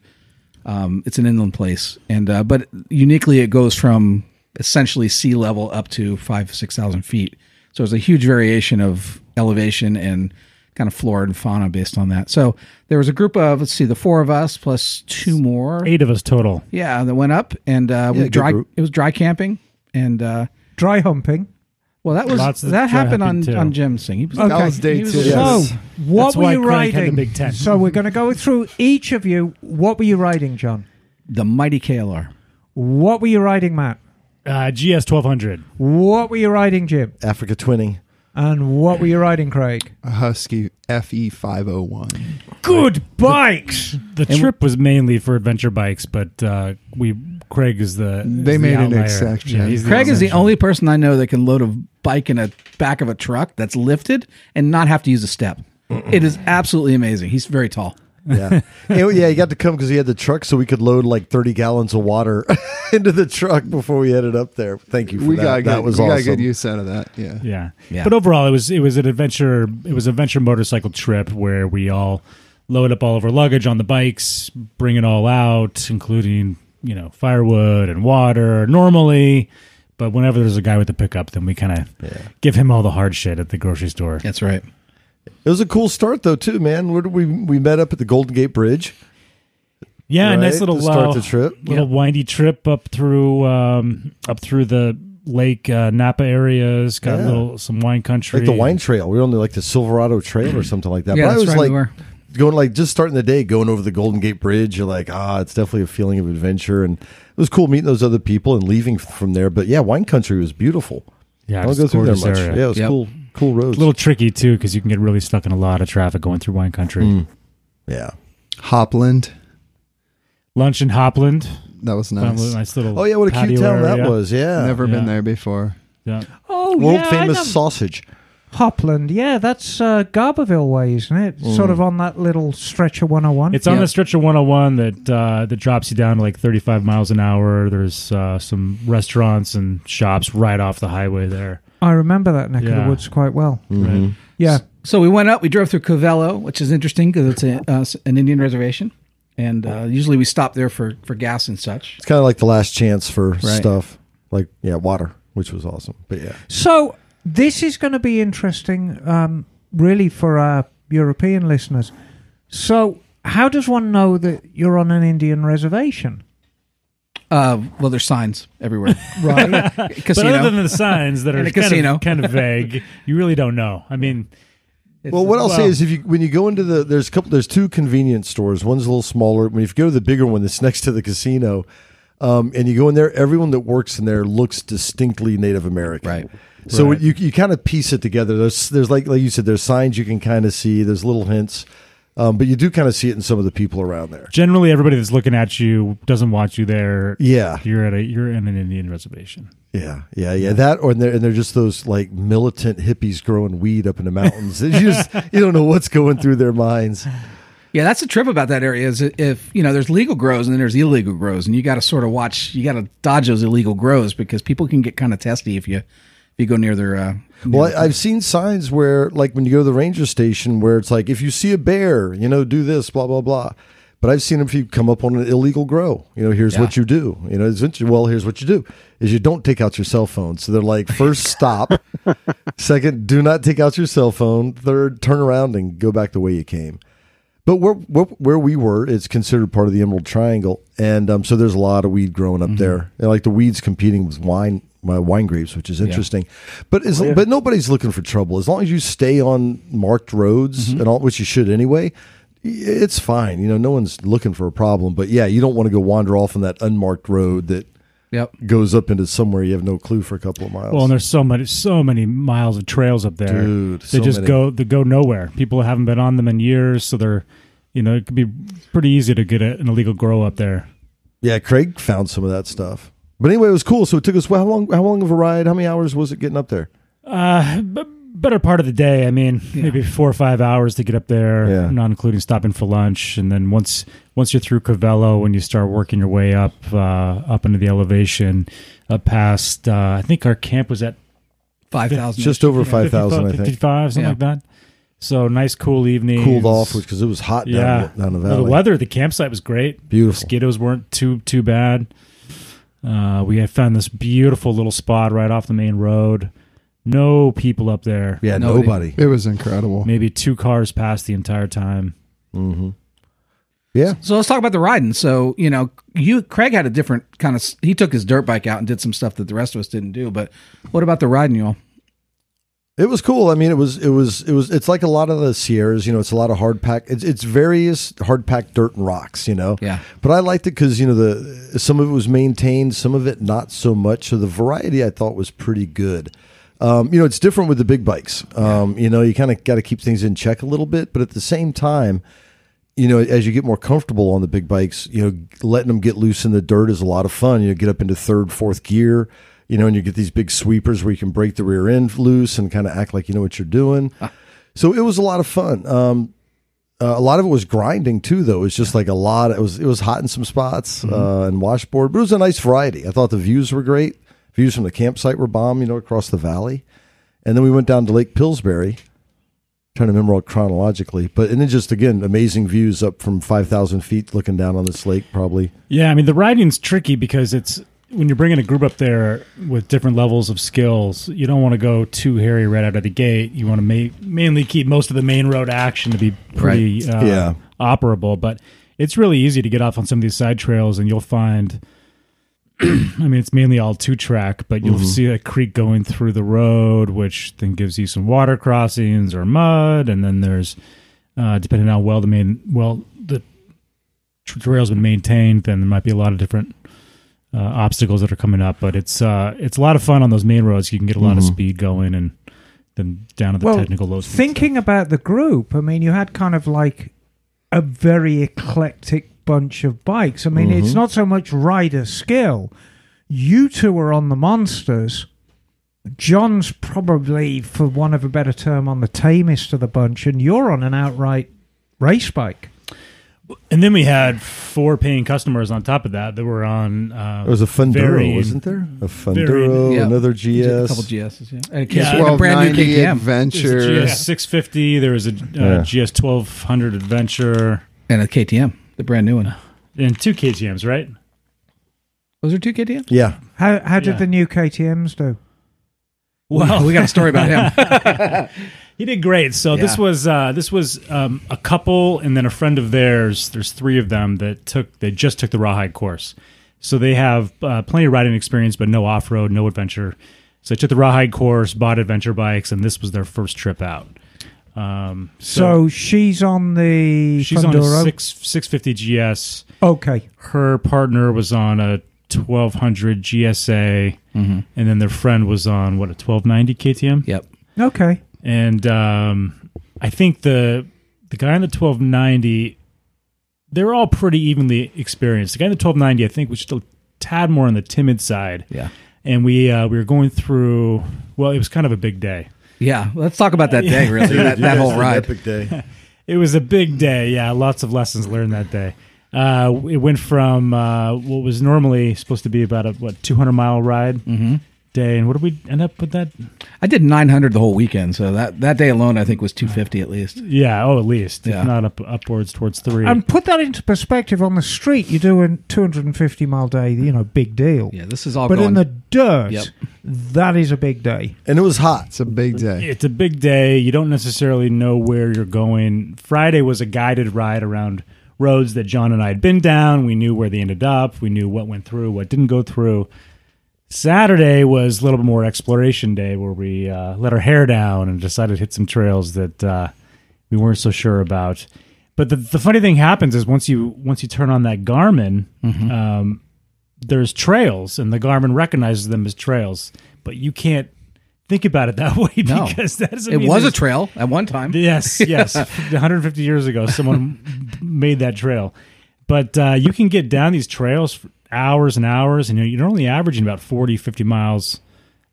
Um, it's an inland place, and uh, but uniquely, it goes from essentially sea level up to five six thousand feet. So it's a huge variation of elevation and kind of flora and fauna based on that. So there was a group of let's see, the four of us plus two more,
Eight of us total.
yeah, that went up, and uh,
Yeah,
we
good
dry.
group.
It was dry camping, and uh,
Dry humping.
well, that was
Lots of
that
dry
happened on
humping, too.
on Jim's thing. He was
Okay.
was day
he was
two.
a-
Yes.
So what
That's
were
why
you
Craig
riding?
had the big tent.
So we're going to go through each of you. What were you riding, John?
the mighty KLR.
What were you riding, Matt?
Uh, GS 1200.
What were you riding, Jim?
Africa twinning.
And what were you riding, Craig?
A Husky FE five oh one.
Good bikes.
The trip was mainly for adventure bikes, but uh, we Craig is the is
They
the
made an
outlier.
exception.
Yeah, he's
Craig is the
exception.
only person I know that can load a bike in a back of a truck that's lifted and not have to use a step. It is absolutely amazing. He's very tall.
Yeah. yeah, yeah, he got to come because he had the truck so we could load like 30 gallons of water into the truck before we headed up there. Thank you for
We
that.
got good,
that was
we got
awesome.
good use out of that. Yeah.
Yeah.
Yeah.
But overall, it was it was an adventure. It was an adventure motorcycle trip where we all load up all of our luggage on the bikes, bring it all out, including you know firewood and water normally. But whenever there's a guy with a pickup, then we kind of give him all the hard shit at the grocery store.
That's right.
It was a cool start though too, man. Where did we we met up at the Golden Gate Bridge.
Yeah, a nice
Right,
little
to start
uh,
the trip.
little windy trip up through um, up through the lake uh, Napa areas. Got a
Yeah.
little some wine country,
Like the wine trail. We were on the like the Silverado Trail or something like that.
Yeah,
but I
that's
was
right, we
like
were.
going like just starting the day, going over the Golden Gate Bridge, you're like, ah, it's definitely a feeling of adventure and it was cool meeting those other people and leaving from there. But yeah, wine country was beautiful.
Yeah,
I don't
just
go through there
gorgeous
much.
area.
Yeah, it was
Yep.
cool cool roads.
A little tricky too because you can get really stuck in a lot of traffic going through wine country.
Hmm. yeah.
Hopland.
Lunch in Hopland,
That was
found a
nice.
nice little
Oh yeah, what a
patio
cute town that
area.
was. Yeah.
Never
Yeah.
been there before.
Yeah.
Oh,
World
yeah, I know.
famous sausage.
Hopland. Yeah, that's uh, Garberville way, isn't it? Sort of on that little stretch of 101.
It's on
Yeah.
the stretch of 101 that uh, that drops you down to like 35 miles an hour. There's uh, some restaurants and shops right off the highway there.
I remember that neck of
Yeah. Mm.
the woods quite well.
Mm-hmm.
Right.
Yeah.
So we went up. We drove through Covello, which is interesting because it's a, uh, an Indian reservation, and uh, usually we stop there for for gas and such.
It's kind of like the last chance for stuff like yeah, water, which was awesome. But yeah,
So this is going to be interesting, um, really, for our European listeners. So, how does one know that you're on an Indian reservation?
Uh, well, there's signs everywhere.
Right.
Casino.
But other than the signs that are
And a
kind
casino.
of, kind of vague, you really don't know. I mean,
Well, what I'll say
well-
is if you when you go into the there's a couple there's two convenience stores. One's a little smaller. When you go to the bigger one that's next to the casino, um, and you go in there, everyone that works in there looks distinctly Native American.
Right.
So
Right.
you you kind of piece it together. There's there's like like you said, there's signs you can kind of see. There's little hints, um, but you do kind of see it in some of the people around there.
generally everybody that's looking at you doesn't want you there.
Yeah,
You're at a you're in an Indian reservation.
yeah, yeah, yeah. That or and they're and they're just those like militant hippies growing weed up in the mountains. you just you don't know what's going through their minds.
Yeah, that's the trip about that area is if you know there's legal grows and then there's illegal grows, and you got to sort of watch, you got to dodge those illegal grows because people can get kind of testy if you if you go near their. Uh,
Well, I, I've seen signs where, like, when you go to the ranger station, where it's like, if you see a bear, you know, do this, blah blah blah. But I've seen if you come up on an illegal grow, you know, here's what you do. You know, it's interesting. Well, here's what you do: is you don't take out your cell phone. So they're like, first stop, second, do not take out your cell phone, third, turn around and go back the way you came. But where, where where we were, it's considered part of the Emerald Triangle, and um, so there's a lot of weed growing up
Mm-hmm.
there, and like the weeds competing with wine my wine grapes, which is interesting. But
Oh,
as, but nobody's looking for trouble as long as you stay on marked roads
Mm-hmm.
and all, which you should anyway. y- It's fine, you know. No one's looking for a problem, but yeah, you don't want to go wander off on that unmarked road that
yep.
goes up into somewhere you have no clue for a couple of miles.
Well, and there's so many so many miles of trails up there.
Dude,
they
so
just
many.
go they go nowhere. People haven't been on them in years, so they're you know it could be pretty easy to get a, an illegal grow up there.
yeah, Craig found some of that stuff. But anyway, it was cool. So it took us well, how long? How long of a ride? How many hours was it getting up there?
Uh, better part of the day. I mean, maybe four or five hours to get up there,
Yeah.
not including stopping for lunch. And then once once you're through Covello and you start working your way up uh, up into the elevation, up past uh, I think our camp was at
Five thousand.
Just over five thousand, I think.
55, something
Yeah.
like that. So nice, cool evening.
cooled off because it was hot
Yeah,
down, down the
Well,
valley.
the weather at the campsite was great.
Beautiful.
Mosquitoes weren't too too bad. Uh, we had found this beautiful little spot right off the main road. No people up there.
Yeah,
Nobody.
nobody.
It was incredible.
Maybe two cars passed the entire time.
Yeah,
So let's talk about the riding. So you know, you Craig had a different kind of. He took his dirt bike out and did some stuff that the rest of us didn't do. But what about the riding, y'all?
it was cool. I mean, it was it was it was. It's like a lot of the Sierras. You know, it's a lot of hard pack. It's it's various hard packed dirt and rocks. You know.
Yeah.
But I liked it because you know the some of it was maintained, some of it not so much. So the variety I thought was pretty good. Um, you know, it's different with the big bikes. Um, You know, you kind of got to keep things in check a little bit, but at the same time, you know, as you get more comfortable on the big bikes, you know, letting them get loose in the dirt is a lot of fun. You know, get up into third, fourth gear, you know, and you get these big sweepers where you can break the rear end loose and kind of act like you know what you're doing. So it was a lot of fun. Um, uh, a lot of it was grinding too, though. It was just like a lot. It was it was hot in some spots uh, and washboard, but it was a nice variety. I thought the views were great. Views from the campsite were bomb. You know, across the valley, and then we went down to Lake Pillsbury trying to remember all chronologically, but and then just again amazing views up from five thousand feet, looking down on this lake. Probably
Yeah, I mean the riding's tricky because it's when you're bringing a group up there with different levels of skills, you don't want to go too hairy right out of the gate. You want to ma- mainly keep most of the main road action to be pretty uh,
Yeah.
operable, but it's really easy to get off on some of these side trails and you'll find I mean it's mainly all two track, but you'll see a creek going through the road which then gives you some water crossings or mud and then there's uh, depending on how well the main well the tr- trail's been maintained, then there might be a lot of different uh, obstacles that are coming up. But it's uh, it's a lot of fun on those main roads. You can get a lot of speed going, and then down to the
Well,
technical low speed.
Thinking about the group, I mean, you had kind of like a very eclectic bunch of bikes. I mean,
Mm-hmm.
it's not so much rider skill. You two are on the monsters. John's probably, for want of a better term, on the tamest of the bunch, and you're on an outright race bike.
and then we had four paying customers on top of that that were on. Uh,
there was a Funduro,
varying-
wasn't there? A Funduro,
varying-
Yeah.
another
A couple
GS.
GSs, yeah. And a, K-
Yeah.
and a brand new
1290
KTM
there's
Adventure.
a GS 650. There was a uh,
Yeah.
GS 1200 Adventure
and a KTM, the brand new one.
and two KTM's, right?
Those are two KTMs.
yeah,
How, how did
Yeah.
the new KTMs do?
Well,
we got a story about him.
He did great. So this
Yeah.
was uh, this was um, a couple, and then a friend of theirs. There's three of them that took they just took the rawhide course. So they have uh, plenty of riding experience, but no off road, no adventure. So they took the rawhide course, bought adventure bikes, and this was their first trip out. Um,
So, she's on the
she's on
Funduro.
a six six fifty GS.
okay,
Her partner was on a twelve hundred GSA, and then their friend was on what a twelve ninety KTM
Mm-hmm. yep.
okay.
and um, I think the the guy in the twelve ninety, they're all pretty evenly experienced. The guy in the twelve ninety, I think, was just a tad more on the timid side.
Yeah.
And we uh, we were going through. Well, it was kind of a big day.
Yeah. Let's talk about that day, really. that, that whole ride.
epic day.
It was a big day. Yeah, lots of lessons learned that day. Uh, it went from uh, what was normally supposed to be about a what two hundred mile ride day, and what did we end up with that?
I did 900 the whole weekend. So that, that day alone, I think, was 250 at least.
Yeah, oh, at least
Yeah.
if not up upwards towards three.
And put that into perspective on the street, you're doing 250 mile day, you know, big deal.
Yeah. This is all
but
going.
in the dirt,
Yep.
that is a big day.
and it was hot.
It's a big day.
It's a big day. You don't necessarily know where you're going. Friday was a guided ride around roads that John and I had been down. We knew where they ended up. We knew what went through, what didn't go through. Saturday was a little bit more exploration day where we uh, let our hair down and decided to hit some trails that uh, we weren't so sure about. But the, the funny thing happens is once you once you turn on that Garmin,
Hmm.
um, there's trails and the Garmin recognizes them as trails, but you can't think about it that way
No.
because that doesn't
it
mean
was a
there's-
trail at one time.
Yes, yes. 150 years ago, someone made that trail. But uh, you can get down these trails for hours and hours, and you're, you're only averaging about 40, 50 miles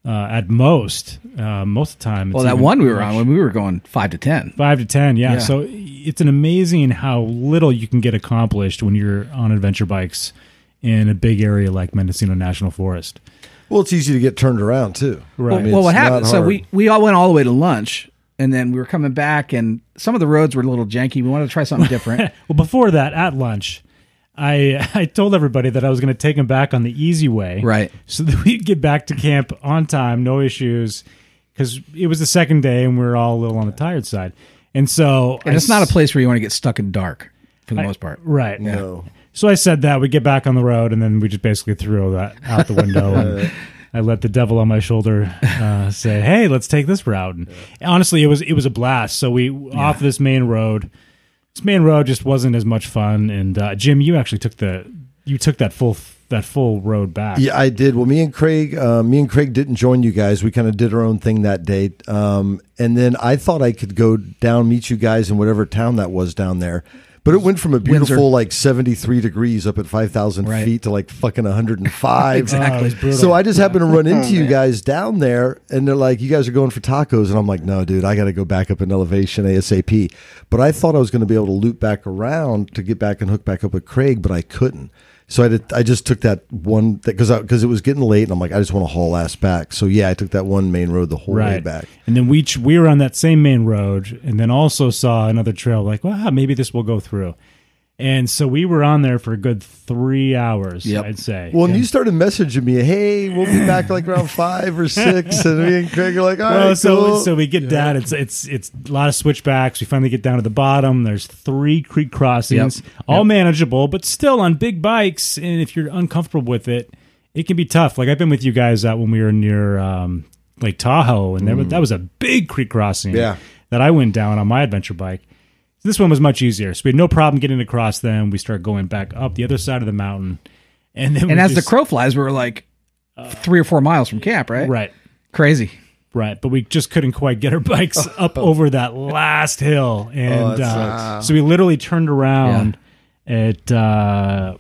uh, at most. Uh, most of the time. it's
well, that
even
one we were
much-
on when we were going five to 10.
Five to 10, yeah.
Yeah.
So it's an amazing how little you can get accomplished when you're on adventure bikes in a big area like Mendocino National Forest.
Well, it's easy to get turned around too.
Right.
I mean,
well,
it's
what
not
happened? So
hard.
we we all went all the way to lunch, and then we were coming back, and some of the roads were a little janky. We wanted to try something different.
Well, before that, at lunch, I I told everybody that I was going to take them back on the easy way,
Right.
So that we'd get back to camp on time, no issues, because it was the second day and we were all a little on the tired side, and so
and
I
it's not
s-
a place where you want to get stuck in dark for the most part.
right.
No.
So I said that we get back on the road, and then we just basically threw all that out the window. and I let the devil on my shoulder uh, say, "Hey, let's take this route." And honestly, it was it was a blast. So we off this main road. This main road just wasn't as much fun. And uh, Jim, you actually took the you took that full that full road back.
Yeah, I did. Well, me and Craig, uh, me and Craig didn't join you guys. We kind of did our own thing that day. Um, and then I thought I could go down, meet you guys in whatever town that was down there. But it went from a beautiful like 73 degrees up at 5,000
Right.
feet to like fucking 105.
Oh, it was brutal. Oh,
So I just happened to run into you guys down there, and they're like, "You guys are going for tacos," and I'm like, "No, dude, I got to go back up in elevation ASAP." But I thought I was going to be able to loop back around to get back and hook back up with Craig, but I couldn't. So I did, I just took that one because because it was getting late, and I'm like, I just want to haul ass back. So yeah, I took that one main road the whole way
right
back.
And then we ch- we were on that same main road, and then also saw another trail. Like, wow, maybe this will go through. And so we were on there for a good three hours.
Yep.
I'd say.
Well, and you started messaging me, hey, we'll be back like around five or six, and me and Craig are like, all right,
Well, so
cool.
so we get down. It's it's it's a lot of switchbacks. We finally get down to the bottom. There's three creek crossings, all manageable, but still on big bikes. And if you're uncomfortable with it, it can be tough. Like I've been with you guys out when we were near um, Lake Tahoe, and there, was that was a big creek crossing.
Mm. Yeah.
that I went down on my adventure bike. This one was much easier, so we had no problem getting across them. We start going back up the other side of the mountain, and then
And
we
as the
just-
crow flies, we were like three or four miles from camp, right?
right.
Crazy.
Right, but we just couldn't quite get our bikes up over that last hill, and uh, so we literally turned around at uh,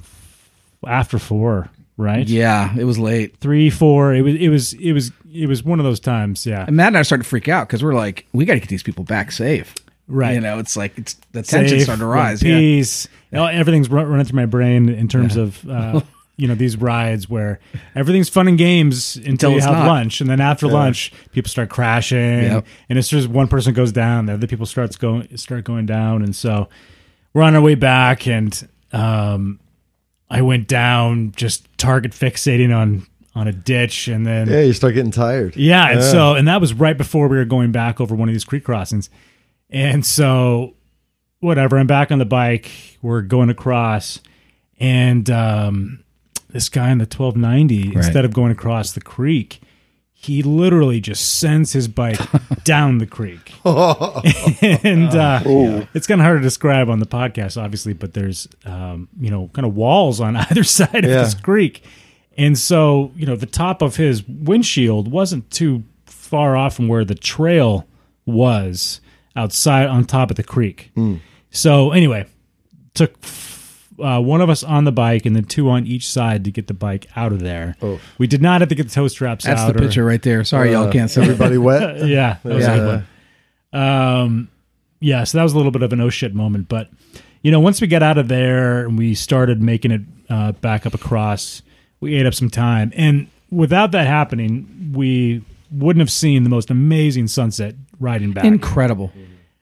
after four, right?
Yeah, it was late.
three, four. It was, it was, it was, it was one of those times. Yeah,
And Matt and I started to freak out because we're like, we got to get these people back safe.
right.
You know, it's like it's the tension
Safe,
started to
one
rise. Yeah.
Piece. Now everything's run, running through my brain in terms of. Uh, You know these rides where everything's fun and games until, you
it's
have
not.
lunch, and then after lunch, people start crashing,
Yep.
and as soon as one person goes down, the other people starts going start going down, and so we're on our way back, and um, I went down just target fixating on on a ditch, and then
yeah, you start getting tired.
yeah, and so and that was right before we were going back over one of these creek crossings. And so whatever, I'm back on the bike, we're going across and um this guy in the 1290 instead of going across the creek, he literally just sends his bike down the creek. and uh, it's kind of hard to describe on the podcast, obviously, but there's um, you know kind of walls on either side of
Yeah.
this creek, and so you know the top of his windshield wasn't too far off from where the trail was outside on top of the creek.
Hmm.
So anyway, took uh, one of us on the bike and then two on each side to get the bike out of there. We did not have to get the toe straps
That's
out.
the
or-
picture right there. Sorry,
Uh,
y'all can't see it.
Everybody wet.
yeah, that was a good
Yeah.
one. Um, yeah, so that was a little bit of an oh shit moment, but you know, once we got out of there and we started making it uh, back up across, we ate up some time, and without that happening, we wouldn't have seen the most amazing sunset riding back.
Incredible.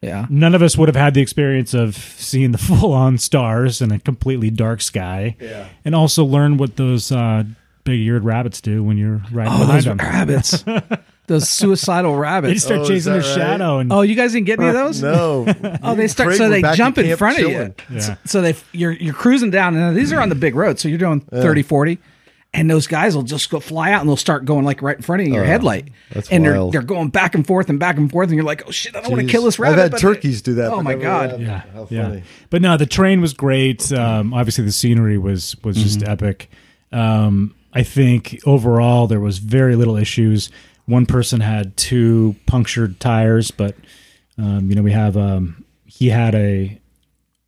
Yeah.
None of us would have had the experience of seeing the full-on stars in a completely dark sky, yeah. and also learn what those uh, big-eared rabbits do when you're riding
Oh,
behind
those
them.
rabbits. those suicidal
They just
rabbits.
start
Oh, is
chasing
that
their
right?
shadow and
Oh, you guys didn't get any of those?
No.
Oh, they start
Craig
so
were
they
back at
jump in
camp
front
chilling.
of you.
Yeah.
So, so they you're you're cruising down and these are on the big road, so you're doing 30, 40. And those guys will just go fly out and they'll start going like right in front of your headlight.
Oh, that's
and
wild.
they're they're going back and forth and back and forth, and you're like, oh shit, I don't want to
Jeez.
kill this rabbit.
I've had
but-
turkeys do that.
Oh
but
my
never
god,
rabbit.
yeah,
How funny.
yeah. But no, the train was great. Um, obviously, the scenery was was just epic. Um, I think overall there was very little issues. One person had two punctured tires, but um, you know we have um, he had a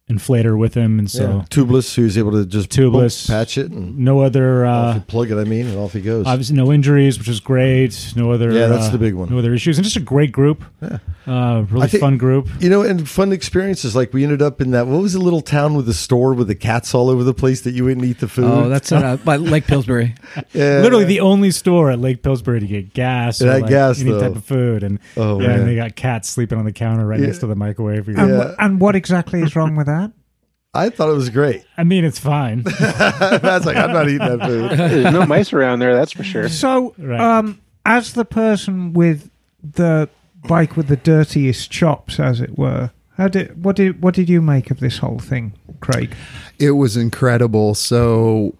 inflator with him, and so
Yeah. Tubeless, who's able to just boom,
Tubeless.
patch it and
no other
off
uh,
you plug it. I mean, and off he goes.
obviously no injuries, which was great. No other
Yeah, that's
uh,
the big one.
No other issues, and just a great group. Uh, really
I think-
fun group.
you know, and fun experiences. Like we ended up in that. What was the little town with the store with the cats all over the place that you wouldn't eat the food?
Oh, that's uh, by Lake Pillsbury.
Yeah.
literally the only store at Lake Pillsbury to get gas or
Yeah, I
like,
guess,
any
though.
type of food, and
Oh,
yeah,
man.
and they got cats sleeping on the counter right
Yeah.
next to the microwave. You're-
And,
Yeah.
wh- and what exactly is wrong with that?
I thought it was great.
I mean, it's fine.
I was like, I'm not eating that food.
There's no mice around there, that's for sure.
So,
Right.
um, as the person with the bike with the dirtiest chops, as it were, how did what did what did you make of this whole thing, Craig?
It was incredible. So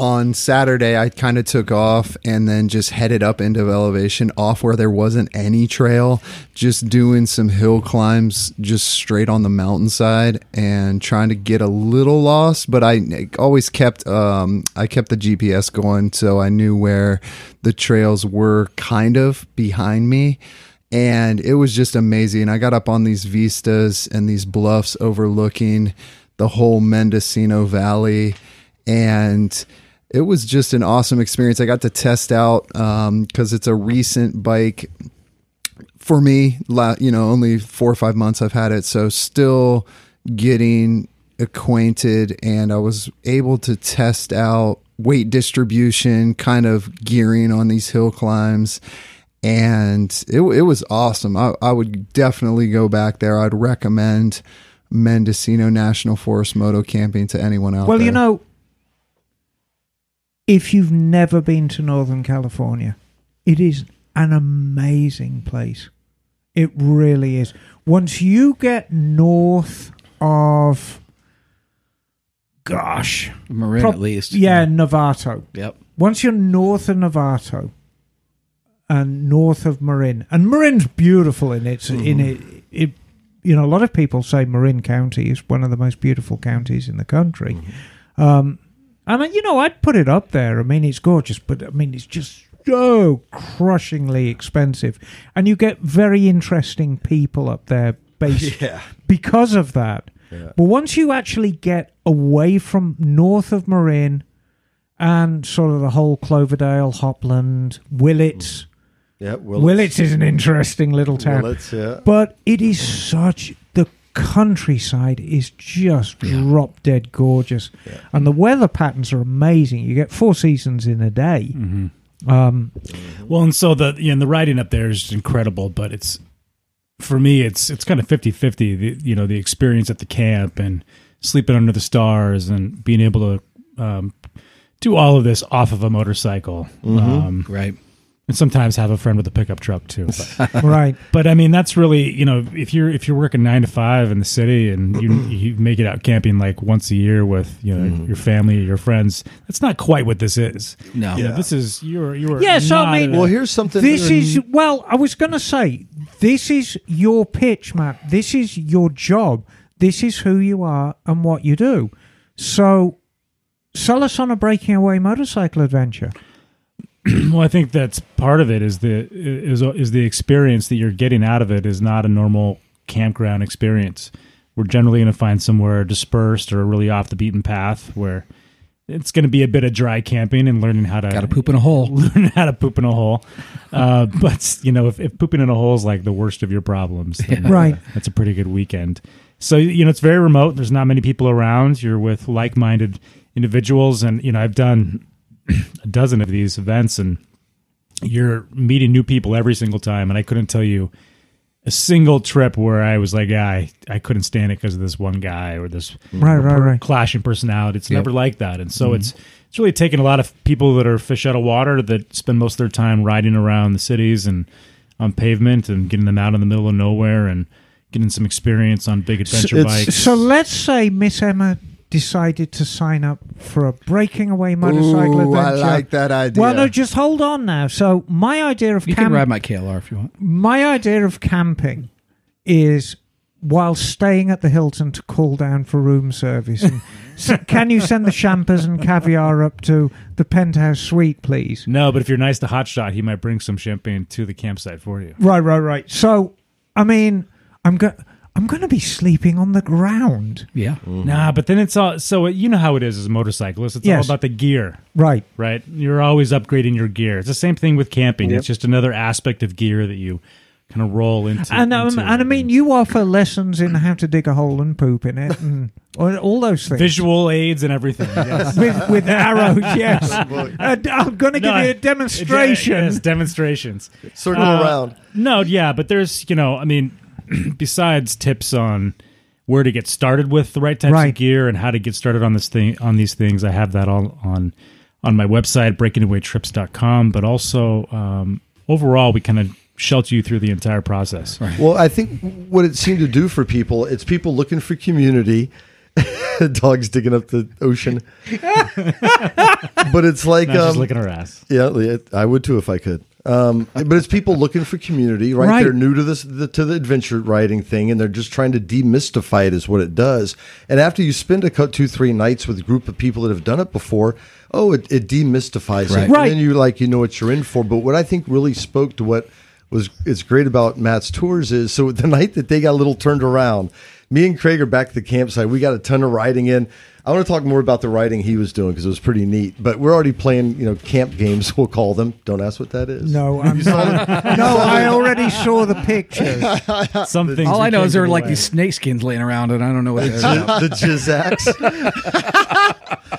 on Saturday, I kind of took off and then just headed up into elevation, off where there wasn't any trail, just doing some hill climbs just straight on the mountainside and trying to get a little lost. But I always kept um, I kept the GPS going, so I knew where the trails were kind of behind me and it was just amazing. I got up on these vistas and these bluffs overlooking the whole Mendocino Valley, and it was just an awesome experience. I got to test out because it's a recent bike for me. la- You know, only four or five months I've had it, so still getting acquainted and I was able to test out weight distribution, kind of gearing on these hill climbs. And it, it was awesome. I, I would definitely go back there. I'd recommend Mendocino National Forest moto camping to anyone out
well,
there.
you know, if you've never been to Northern California, it is an amazing place. It really is. Once you get north of, gosh,
Marin
prob-
at least.
yeah, Novato.
Yep.
Once you're north of Novato and north of Marin, and Marin's beautiful in its in it,
Mm-hmm.
it. You know, a lot of people say Marin County is one of the most beautiful counties in the country.
Mm-hmm.
Um, and I- you know, I'd put it up there. I mean, it's gorgeous, but I mean, it's just so crushingly expensive, and you get very interesting people up there based because of that. But once you actually get away from north of Marin and sort of the whole Cloverdale, Hopland, Willits.
Yeah, well,
Willits is an interesting little town.
Mm. Willits, yeah.
But it is such the countryside is just drop dead gorgeous, and the weather patterns are amazing. You get four seasons in a day. Um,
Well, and so the you know, the riding up there is incredible, but it's for me it's it's kind of 50-50, the, you know, the experience at the camp and sleeping under the stars and being able to um, do all of this off of a motorcycle.
Mm-hmm.
Um,
Right.
and sometimes have a friend with a pickup truck too. But,
right.
but I mean, that's really, you know, if you're if you're working 9 to 5 in the city and you you make it out camping like once a year with, you know, your family or your friends, that's not quite what this is.
No.
You know, this is you're you're
Yeah, so I
not
mean-
in a-
well, here's something.
This is well, I was going to say this is your pitch, Matt. This is your job. This is who you are and what you do. So, sell us on a breaking away motorcycle adventure.
Well, I think that's part of it is the is is the experience that you're getting out of it is not a normal campground experience. We're generally going to find somewhere dispersed or really off the beaten path where it's going to be a bit of dry camping and learning how to
Got to poop in a hole.
learn how to poop in a hole. Uh, but you know, if, if pooping in a hole is like the worst of your problems, then
Right.
that's a pretty good weekend. So you know, it's very remote. There's not many people around. You're with like-minded individuals, and you know, I've done a dozen of these events, and you're meeting new people every single time. And I couldn't tell you a single trip where I was like, "Ah, I I couldn't stand it because of this one guy or this
Right, right, right. Mm-hmm.
clashing personality. It's never like that, and so it's it's really taken a lot of people that are fish out of water that spend most of their time riding around the cities and on pavement and getting them out in the middle of nowhere and getting some experience on big adventure
it's-
bikes.
So let's say Miss Emma decided to sign up for a breaking away motorcycle
Ooh, I
adventure.
like that idea.
Well, no, just hold on now. So my idea of
You
camp-
can ride my KLR if you want.
my idea of camping is while staying at the Hilton to call down for room service. And so can you send the champers and caviar up to the penthouse suite, please?
no, but if you're nice to Hotshot, he might bring some champagne to the campsite for you.
Right, right, right. So, I mean, I'm going. I'm going to be sleeping on the ground.
Yeah.
Mm-hmm.
Nah, but then it's all so you know how it is as a motorcyclist. It's all
Mm-hmm. Yes.
about the gear.
Right.
right? You're always upgrading your gear. It's the same thing with camping. It's just another aspect of gear that you kind of roll into.
And, um,
into.
and I mean, you offer lessons in how to dig a hole and poop in it and all all those things.
visual aids and everything. Yes.
with, with arrows, yes. Uh, d- I'm going to give
No,
you a
I-
demonstration.
Yes, demonstrations.
circle
Uh,
around.
No, yeah, but there's you know, I mean, besides tips on where to get started with the right types of
Right.
gear and how to get started on this thing on these things, I have that all on on my website breakingawaytrips.com. But also, um, overall, we kind of shelter you through the entire process. Right.
Well, I think what it seemed to do for people, it's people looking for community. Dogs digging up the ocean, but it's like
Not just
um,
licking our ass.
yeah, yeah, I would too if I could. Um, but it's people looking for community, right?
Right.
They're new to this the, to the adventure riding thing, and they're just trying to demystify it is what it does. And after you spend a cut two three nights with a group of people that have done it before, oh, it, it demystifies
Right.
it,
Right.
And then you like you know what you're in for. But what I think really spoke to what was is great about Matt's tours is so the night that they got a little turned around. me and Craig are back at the campsite. We got a ton of riding in. I want to talk more about the riding he was doing because it was pretty neat. But we're already playing, you know, camp games. We'll call them. Don't ask what that is.
No, I'm not. No, I already saw the pictures.
Some things
All
we
I know
can't
is there
give
are like
away.
these snakeskins laying around, and I don't know what it is.
the Jizax.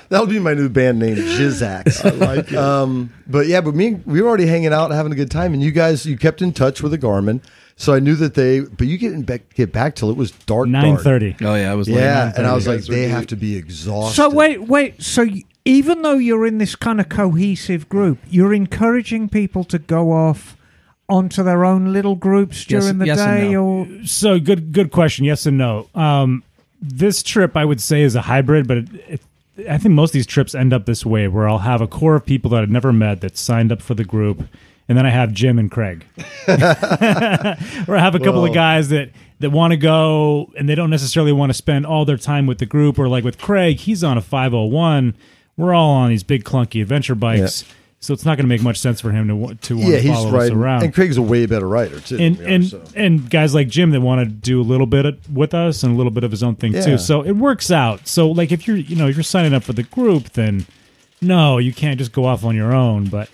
That'll be my new band name, Jizax. I like it. Um, but yeah, but me, we were already hanging out, and having a good time, and you guys, you kept in touch with the Garmin, so I knew that they. But you didn't be- get back till it was dark. dark.
nine thirty.
Oh yeah, it was. late.
Yeah, and I was
You
like,
guys were
they
deep.
have to be exhausted.
So wait, wait. So y- even though you're in this kind of cohesive group, you're encouraging people to go off onto their own little groups
Yes-
during the
yes and
day,
no.
or
So good, good question. Yes and no. Um, this trip, I would say, is a hybrid, but it, it, I think most of these trips end up this way, where I'll have a core of people that I've never met that signed up for the group, and then I have Jim and Craig, or I have a couple
Well-
of guys that that want to go and they don't necessarily want to spend all their time with the group, or like with Craig, he's on a five hundred one. We're all on these big clunky adventure bikes. So it's not going to make much sense for him to wa- to want
yeah,
to
he's
follow us
right.
around
And Craig's a way better writer too.
and
you know,
and
so.
and guys like Jim that want to do a little bit of- with us and a little bit of his own thing
Yeah.
too. So it works out. So like if you're you know if you're signing up for the group, then no, you can't just go off on your own. But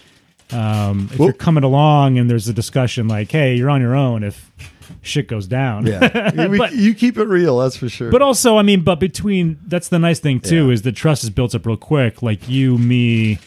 um, if
Well-
you're coming along and there's a discussion like, hey, you're on your own if shit goes down.
yeah, We-
But-
you keep it real, that's for sure.
But also, I mean, but between that's the nice thing too is the trust is built up real quick. Like you, me,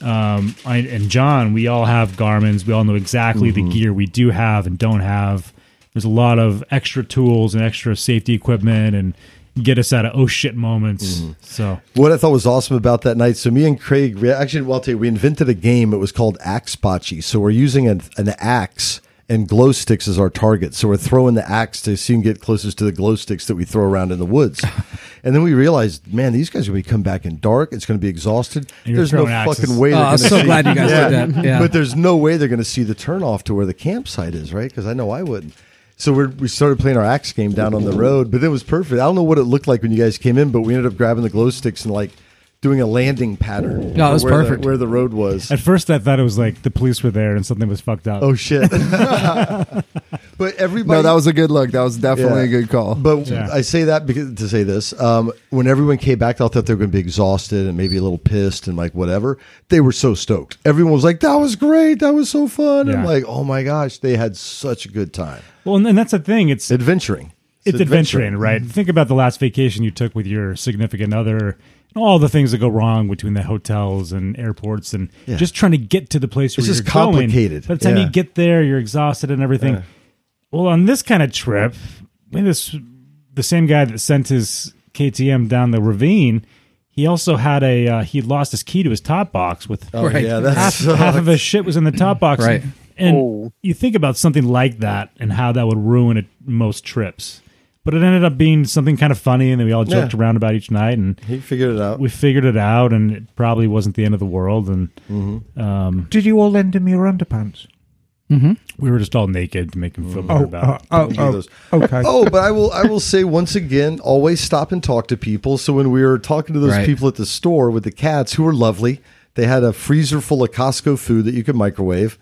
um, I, and John, we all have Garmin's. We all know exactly the gear we do have and don't have. There's a lot of extra tools and extra safety equipment and get us out of oh shit moments. So
What I thought was awesome about that night, so me and Craig, we actually, well, I'll tell you, we invented a game. It was called Axe Bocce. So we're using an, an axe and glow sticks as our target. So we're throwing the axe to see and get closest to the glow sticks that we throw around in the woods. and then we realized, man, these guys are going to come back in dark. It's going to be exhausted.
And you're
There's no
throwing axes.
fucking way.
Oh,
they're
I'm
gonna
so
see-
glad you guys did that. Yeah.
But there's no way they're going to see the turnoff to where the campsite is, right? Because I know I wouldn't. So we're, we started playing our axe game down on the road, but it was perfect. I don't know what it looked like when you guys came in, but we ended up grabbing the glow sticks and like doing a landing pattern.
No, it was
for where the-
perfect.
where the road was.
at first, I thought it was like the police were there and something was fucked up.
Oh shit! but everybody.
No, that was a good look. That was definitely
Yeah.
a good call.
But
Yeah.
I say that because to say this, um, when everyone came back, I thought they were going to be exhausted and maybe a little pissed and like whatever. They were so stoked. Everyone was like, "That was great. That was so fun." And
Yeah.
like, oh my gosh, they had such a good time
Well, and, and that's the thing. It's
adventuring.
it's adventuring, right?
Mm-hmm.
Think about the last vacation you took with your significant other and all the things that go wrong between the hotels and airports and
Yeah.
just trying to get to the place where
It's
you're
just
going.
complicated.
By the time
Yeah.
you get there, you're exhausted and everything. Well, on this kind of trip, maybe this the same guy that sent his KTM down the ravine. He also had a uh, he lost his key to his top box with
Oh,
Right.
Yeah, that's
half, half of his shit was in the top box.
Right.
And
Oh.
you think about something like that and how that would ruin it most trips. But it ended up being something kind of funny, and then we all joked
Yeah.
around about each night, and
he figured it out.
we figured it out, and it probably wasn't the end of the world, and um,
did you all lend him your underpants?
we were just all naked to make him feel better about it.
oh,
oh,
okay.
Oh, but I will. I will say once again, always stop and talk to people. So when we were talking to those
Right.
people at the store with the cats, who were lovely, they had a freezer full of Costco food that you could microwave,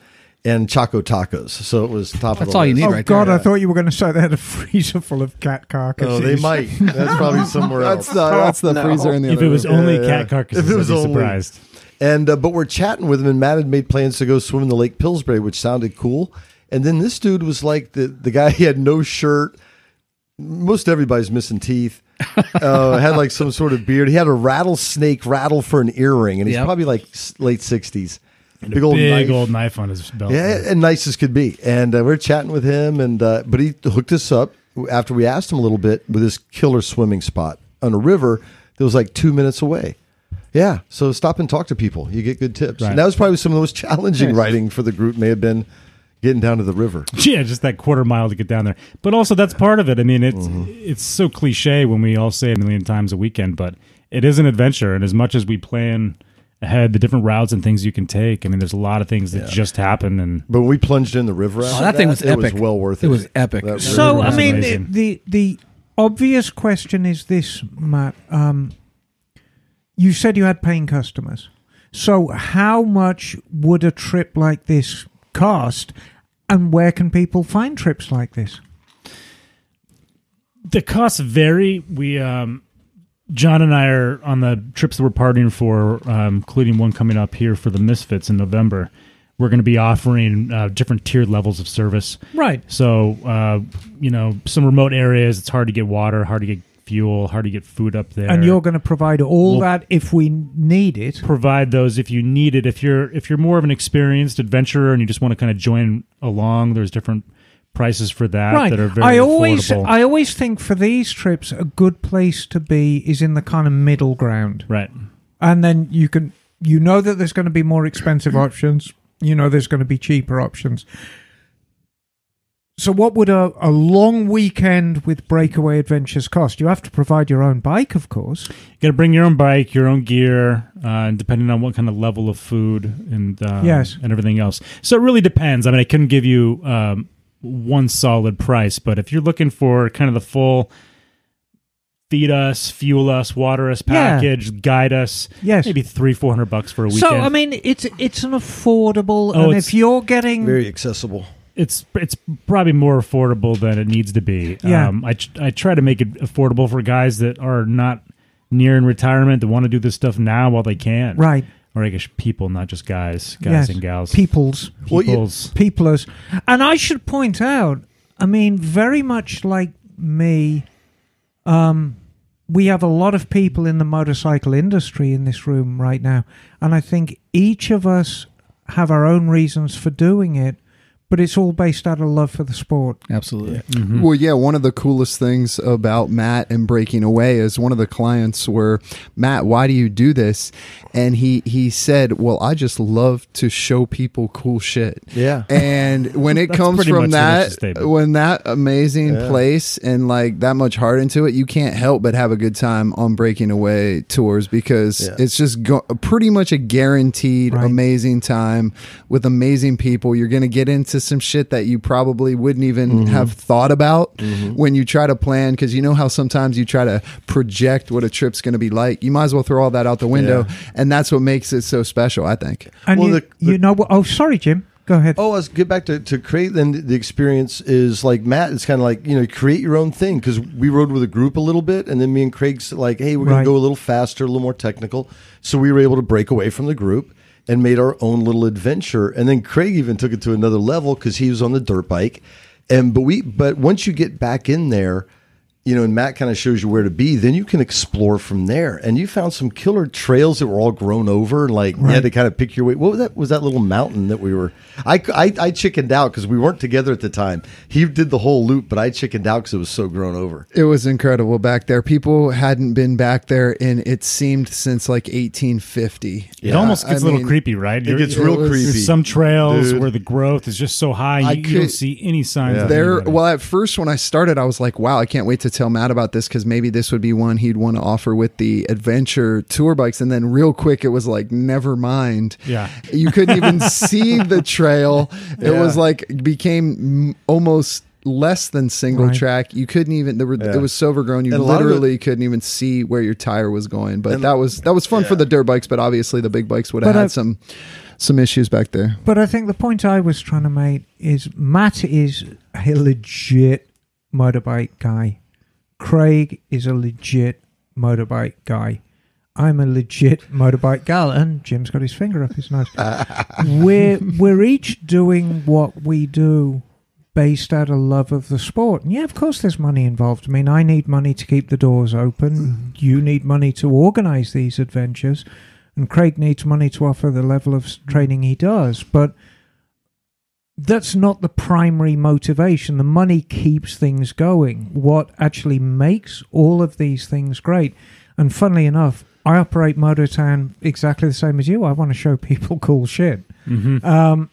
and Choco tacos. So it was top. of
That's
the
all you
list.
need
Oh
right
God!
there. uh,
I thought you were going to say they had a freezer full of cat carcasses.
Oh, they might. That's probably somewhere
that's
else.
the that's the
No.
freezer in the
If
other
it was
room.
only
uh, yeah, yeah.
cat carcasses,
If it was
I'd be
only-
surprised.
And uh, but we're chatting with him, and Matt had made plans to go swim in the Lake Pillsbury, which sounded cool. And then this dude was like the the guy. He had no shirt. Most everybody's missing teeth. Uh, had like some sort of beard. He had a rattlesnake rattle for an earring, and he's
Yep.
probably like s- late sixties. Big
Big
knife.
old knife on his belt.
Yeah, and nice as could be. And uh, we're chatting with him, and uh, but he hooked us up after we asked him a little bit with this killer swimming spot on a river that was like two minutes away. Yeah, so stop and talk to people. You get good tips.
Right.
And that was probably some of the most challenging writing for the group. May have been getting down to the river.
Yeah, just that quarter mile to get down there. But also that's part of it. I mean, it's it's so cliche when we all say it a million times a weekend, but it is an adventure. And as much as we plan ahead, the different routes and things you can take. I mean, there's a lot of things that just happen. And
But when we plunged in the river.
Oh,
after
that thing was
it
epic.
was well worth it.
It was epic. uh,
That
So
river
I
That's
was
mean, the,
amazing.
the the obvious question is this, Matt. Um, you said you had paying customers. So how much would a trip like this cost, and where can people find trips like this?
the costs vary. We um, John and I are on the trips that we're partying for, um, including one coming up here for the Misfits in November. We're going to be offering uh, different tiered levels of service.
Right.
So, uh, you know, some remote areas, it's hard to get water, hard to get fuel, hard to get food up there.
And you're going to provide all
Well-
that if we need it.
provide those if you need it. If you're if you're more of an experienced adventurer and you just want to kind of join along, there's different prices for that
Right.
that are very
I always
affordable.
I always think for these trips a good place to be is in the kind of middle ground.
right.
and then you can you know that there's going to be more expensive options you know there's going to be cheaper options so what would a, a long weekend with breakaway adventures cost you have to provide your own bike of course
You got to bring your own bike, your own gear, uh, and depending on what kind of level of food and um,
Yes.
and everything else. So it really depends. I mean, I couldn't give you um, one solid price, but if you're looking for kind of the full feed us, fuel us, water us
Yeah.
package, guide us,
Yes.
maybe three four hundred bucks for a weekend.
so i mean it's it's an affordable
Oh,
and
it's-
if you're getting
Very accessible.
it's it's probably more affordable than it needs to be.
Yeah.
Um, I tr- I try to make it affordable for guys that are not nearing retirement that want to do this stuff now while they can.
right
Or I guess people, not just guys, guys
yes,
and gals,
peoples
Well, you-
peoples.
peoplers. And I should point out, I mean, very much like me, um, we have a lot of people in the motorcycle industry in this room right now. And I think each of us have our own reasons for doing it, but it's all based out of love for the sport.
Absolutely.
Mm-hmm.
Well, yeah, one of the coolest things about Matt and breaking away is one of the clients were, Matt, why do you do this? And he he said, Well, I just love to show people cool shit.
Yeah.
And when it
That's
comes
pretty much
from
the mission
that,
statement.
when that amazing
Yeah.
place and like that much heart into it, you can't help but have a good time on breaking away tours because
Yeah.
it's just go- pretty much a guaranteed
Right.
amazing time with amazing people. You're going to get into some shit that you probably wouldn't even
Mm-hmm.
have thought about when you try to plan because you know how sometimes you try to project what a trip's going to be like. You might as well throw all that out the window, and that's what makes it so special. I think.
And
Well,
you,
the- the-
you know what? Oh, sorry, Jim. Go ahead.
Oh, let's get back to, to create. Then the experience is like Matt. It's kind of like you know, create your own thing because we rode with a group a little bit, and then me and Craig's like, hey, we're
Right.
gonna go a little faster, a little more technical. So we were able to break away from the group and made our own little adventure. And then Craig even took it to another level because he was on the dirt bike. And but we but once you get back in there, you know, and Matt kind of shows you where to be, then you can explore from there. And you found some killer trails that were all grown over, and like you had to kind of pick your way. What was that? Was that little mountain that we were? I I, I chickened out because we weren't together at the time. He did the whole loop, but I chickened out because it was so grown over.
It was incredible back there. People hadn't been back there in it seemed since like 1850.
It almost
I
gets a little
mean,
creepy, right?
It gets real
was-
creepy.
There's some trails
Dude.
where the growth is just so high,
I
you, you don't
could-
see any signs. of
There,
anybody.
well, at first when I started, I was like, "Wow, I can't wait to tell Matt about this because maybe this would be one he'd want to offer with the adventure tour bikes." And then, real quick, it was like, "Never mind."
Yeah.
you couldn't even see the trail. It was like became m- almost less than single
Right.
track. You couldn't even. There were,
Yeah.
It was so overgrown. You
And a lot of the-
literally couldn't even see where your tire was going. But
And-
that was that was fun for the dirt bikes. But obviously, the big bikes would have
But
had
I-
some some issues back there.
But I think the point I was trying to make is Matt is a legit motorbike guy. Craig is a legit motorbike guy. I'm a legit motorbike gal, and Jim's got his finger up his nose. we're we're each doing what we do based out of love of the sport. And yeah, of course, there's money involved. I mean, I need money to keep the doors open. You need money to organise these adventures, and Craig needs money to offer the level of s-
Mm.
training he does. But that's not the primary motivation. The money keeps things going. What actually makes all of these things great, and funnily enough, I operate Motortown exactly the same as you. I want to show people cool shit.
Mm-hmm.
Um,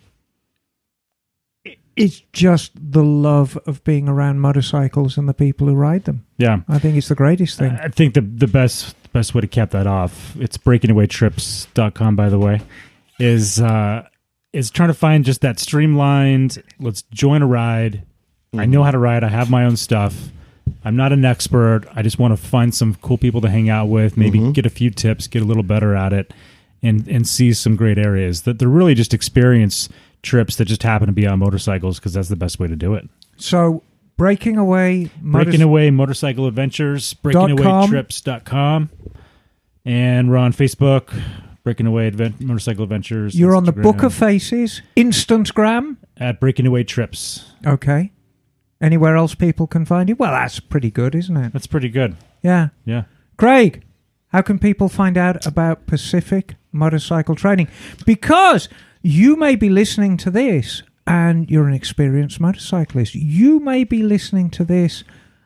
it- it's just the love of being around motorcycles and the people who ride them.
yeah.
I think it's the greatest thing.
I think the the best best way to cap that off, it's breakingawaytrips.com by the way, is uh is trying to find just that streamlined, let's join a ride. I know how to ride, I have my own stuff. I'm not an expert. I just want to find some cool people to hang out with, maybe get a few tips, get a little better at it and and see some great areas that they're really just experience trips that just happen to be on motorcycles because that's the best way to do it.
So Breaking away. Motor-
Breaking Away Motorcycle Adventures,
Dot com.
breakingawaytrips.com. And we're on Facebook, Breaking Away Advent- Motorcycle Adventures.
You're on the
Instagram,
Book of Faces, Instantgram.
At Breaking Away Trips.
Okay. Anywhere else people can find you? Well, that's pretty good, isn't it?
That's pretty good.
Yeah.
Yeah.
Craig, how can people find out about Pacific motorcycle training? Because you may be listening to this and you're an experienced motorcyclist. You may be listening to this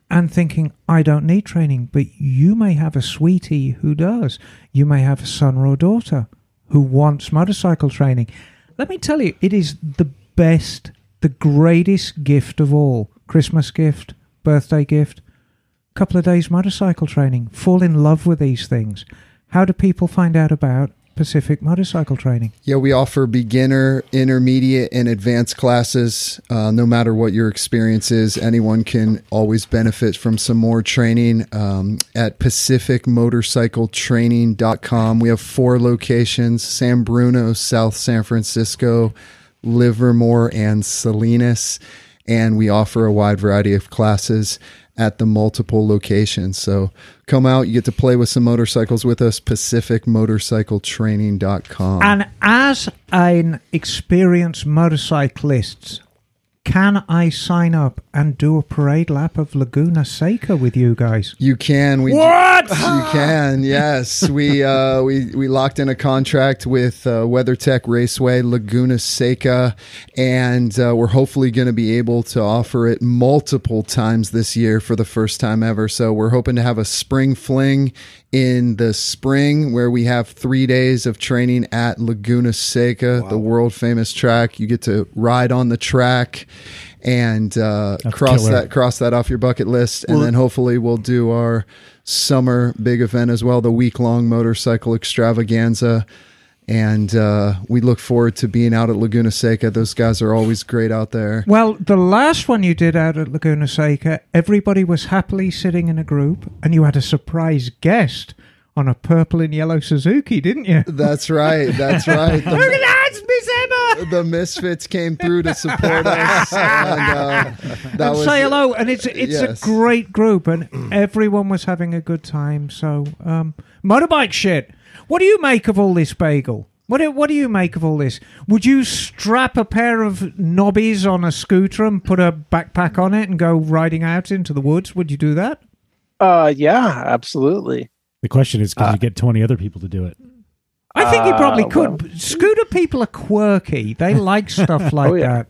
and thinking, I don't need training, but you may have a sweetie who does. You may have a son or a daughter who wants motorcycle training. Let me tell you, it is the best, the greatest gift of all Christmas gift, birthday gift couple of days motorcycle training, fall in love with these things. How do people find out about Pacific motorcycle training?
Yeah, we offer beginner, intermediate, and advanced classes. Uh, no matter what your experience is, anyone can always benefit from some more training um, at PacificMotorcycleTraining.com. We have four locations San Bruno, South San Francisco, Livermore, and Salinas. And we offer a wide variety of classes at the multiple locations. So come out, you get to play with some motorcycles with us, PacificMotorcycleTraining.com.
And as an experienced motorcyclist, can I sign up and do a parade lap of Laguna Seca with you guys?
You can. We what? You can. Yes, we uh, we we locked in a contract with uh, WeatherTech Raceway Laguna Seca, and uh, we're hopefully going to be able to offer it multiple times this year for the first time ever. So we're hoping to have a spring fling in the spring where we have three days of training at Laguna Seca, the world famous track. You get to ride on the track and uh, cross
killer.
that cross that off your bucket list, and then hopefully we'll do our summer big event as well, the week long motorcycle extravaganza. And uh, we look forward to being out at Laguna Seca. Those guys are always great out there.
Well, the last one you did out at Laguna Seca, everybody was happily sitting in a group, and you had a surprise guest on a purple and yellow Suzuki, didn't you?
That's right. That's right. The,
That's Miss Emma!
the Misfits came through to support us. And, uh, that
and
was
say hello. And it's it's
Yes.
a great group, and everyone was having a good time. So, um, motorbike shit. What do you make of all this bagel? What do, what do you make of all this? Would you strap a pair of knobbies on a scooter and put a backpack on it and go riding out into the woods? Would you do that?
Uh, yeah, absolutely.
The question is, can you get 20 other people to do it?
I think you probably
Uh,
could. Scooter people are quirky. They like stuff like
Oh, yeah.
that.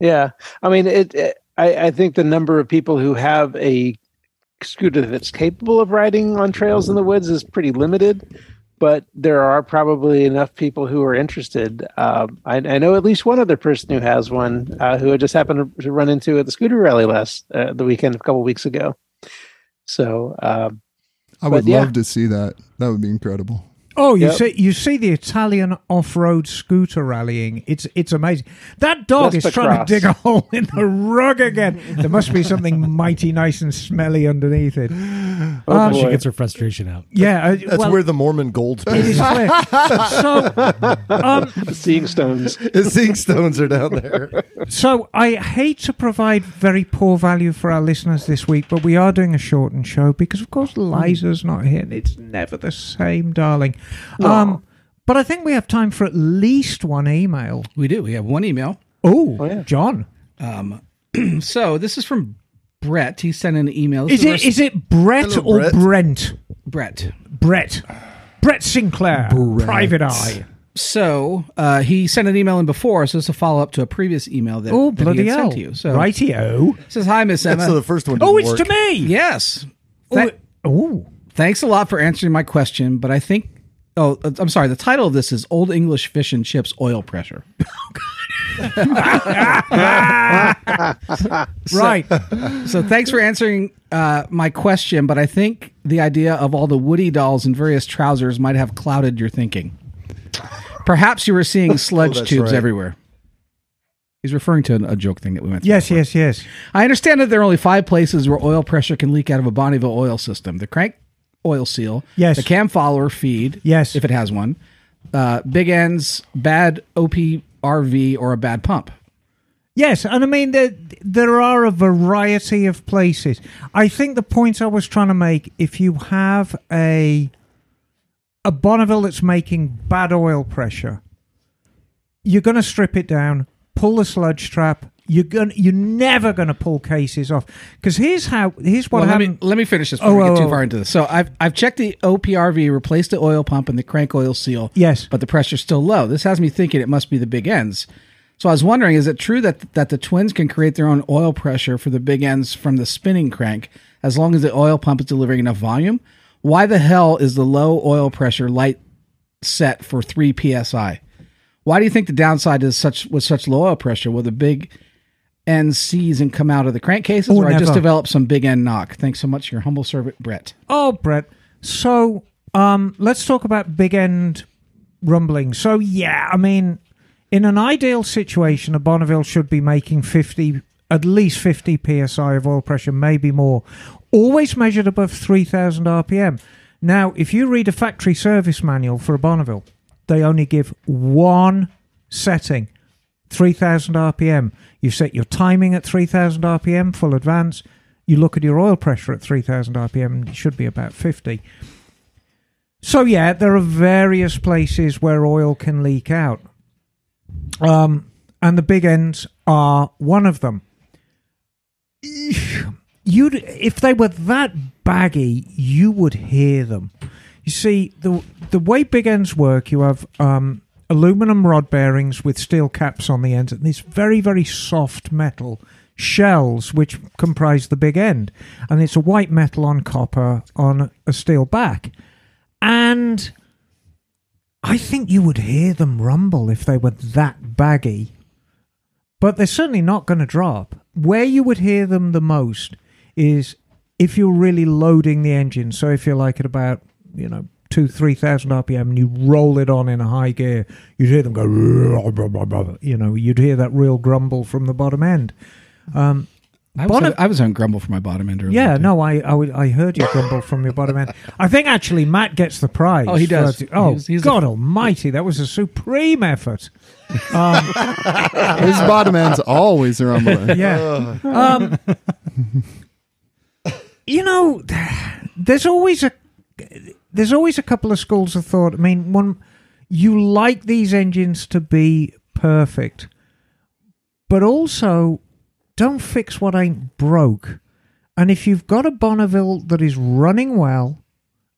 Yeah, I mean, it. it- I, I think the number of people who have a scooter that's capable of riding on trails in the woods is pretty limited, but there are probably enough people who are interested. Um, I, I know at least one other person who has one uh, who I just happened to run into at the scooter rally last uh, the weekend a couple weeks ago. So um,
I
would But, yeah. love
to see that. That would be incredible.
Oh, you
Yep.
see, you see the Italian off-road scooter rallying. It's it's amazing. That dog
That's
is
the
trying
cross.
to dig a hole in the rug again. There must be something mighty nice and smelly underneath it.
Oh,
Um,
she gets her frustration out.
yeah, uh,
That's
well,
where the Mormon gold
it
is.
is clear. so, um,
seeing stones.
His zinc stones are down there.
so I hate to provide very poor value for our listeners this week, but we are doing a shortened show because, of course,
Mm.
Liza's not here. and It's never the same, darling. Um, but I think we have time for at least one email.
We do. We have one email.
Oh,
yeah.
John.
So this is from Brett. He sent an email. This
Is it
our-
is it Brett or
Hello, Brett.
Brent?
Brett?
Brett. Brett Sinclair. Private Eye.
So uh, he sent an email in before, so it's a follow up to a previous email that,
Oh
that
bloody
he had
hell!
sent to you. So
Rightio.
it says hi, Miss Emma.
So the first one.
Oh,
didn't
it's
work.
to me.
yes.
Oh,
Tha-
it- oh.
thanks a lot for answering my question, but I think. Oh, I'm sorry. The title of this is Old English Fish and Chips Oil Pressure.
right.
So thanks for answering uh, my question, but I think the idea of all the Woody dolls in various trousers might have clouded your thinking. Perhaps you were seeing sludge
that's
tubes
right.
everywhere. He's referring to an- a joke thing that we went through.
yes, yes, yes.
I understand that there are only five places where oil pressure can leak out of a Bonneville oil system: the crank oil seal,
Yes.
the cam follower feed,
Yes.
if it has one, uh, big ends, bad OPRV, or a bad pump.
Yes, and I mean there there are a variety of places. I think the point I was trying to make: if you have a a Bonneville that's making bad oil pressure, you're going to strip it down, pull the sludge trap. You're going you're never going to pull cases off because here's how here's what
Well, let me
happened.
let me finish this before
Oh,
we get
oh,
too
oh.
far into this. So I've I've checked the OPRV, replaced the oil pump and the crank oil seal.
Yes.
but the pressure's still low. This has me thinking it must be the big ends. So I was wondering, is it true that that the twins can create their own oil pressure for the big ends from the spinning crank as long as the oil pump is delivering enough volume? Why the hell is the low oil pressure light set for three psi? Why do you think the downside is such with such low oil pressure? Will the big end seize and come out of the crankcases,
Oh,
or I just
never.
develop some big end knock? Thanks so much, your humble servant Brett.
Oh, Brett. So um, let's talk about big end rumbling. So yeah, I mean, in an ideal situation, a Bonneville should be making fifty, at least fifty psi of oil pressure, maybe more. Always measured above three thousand RPM. Now, if you read a factory service manual for a Bonneville, they only give one setting. 3000 RPM. You set your timing at 3000 RPM, full advance. You look at your oil pressure at 3000 RPM, and it should be about 50. So, yeah, there are various places where oil can leak out. Um, and the big ends are one of them. You'd, if they were that baggy, you would hear them. You see, the the way big ends work, you have um, aluminum rod bearings with steel caps on the ends, and these very, very soft metal shells which comprise the big end. And it's a white metal on copper on a steel back. And I think you would hear them rumble if they were that baggy but they're certainly not going to drop. Where you would hear them the most is if you're really loading the engine. So if you're like at about you know two three thousand RPM and you roll it on in a high gear, you'd hear them go. You know, you'd hear that real grumble from the bottom end.
I was,
Bonnet-
I was on grumble for my bottom ender.
Yeah, no, I I, would- I heard you grumble from your bottom end. I think actually Matt gets the prize.
Oh, he does.
for- oh,
He's- he's
God Almighty, that was a supreme effort.
His bottom end's always rumbling.
Yeah. Um, you know, there's always a there's always a couple of schools of thought. I mean, one you like these engines to be perfect, but also don't fix what ain't broke. And if you've got a Bonneville that is running well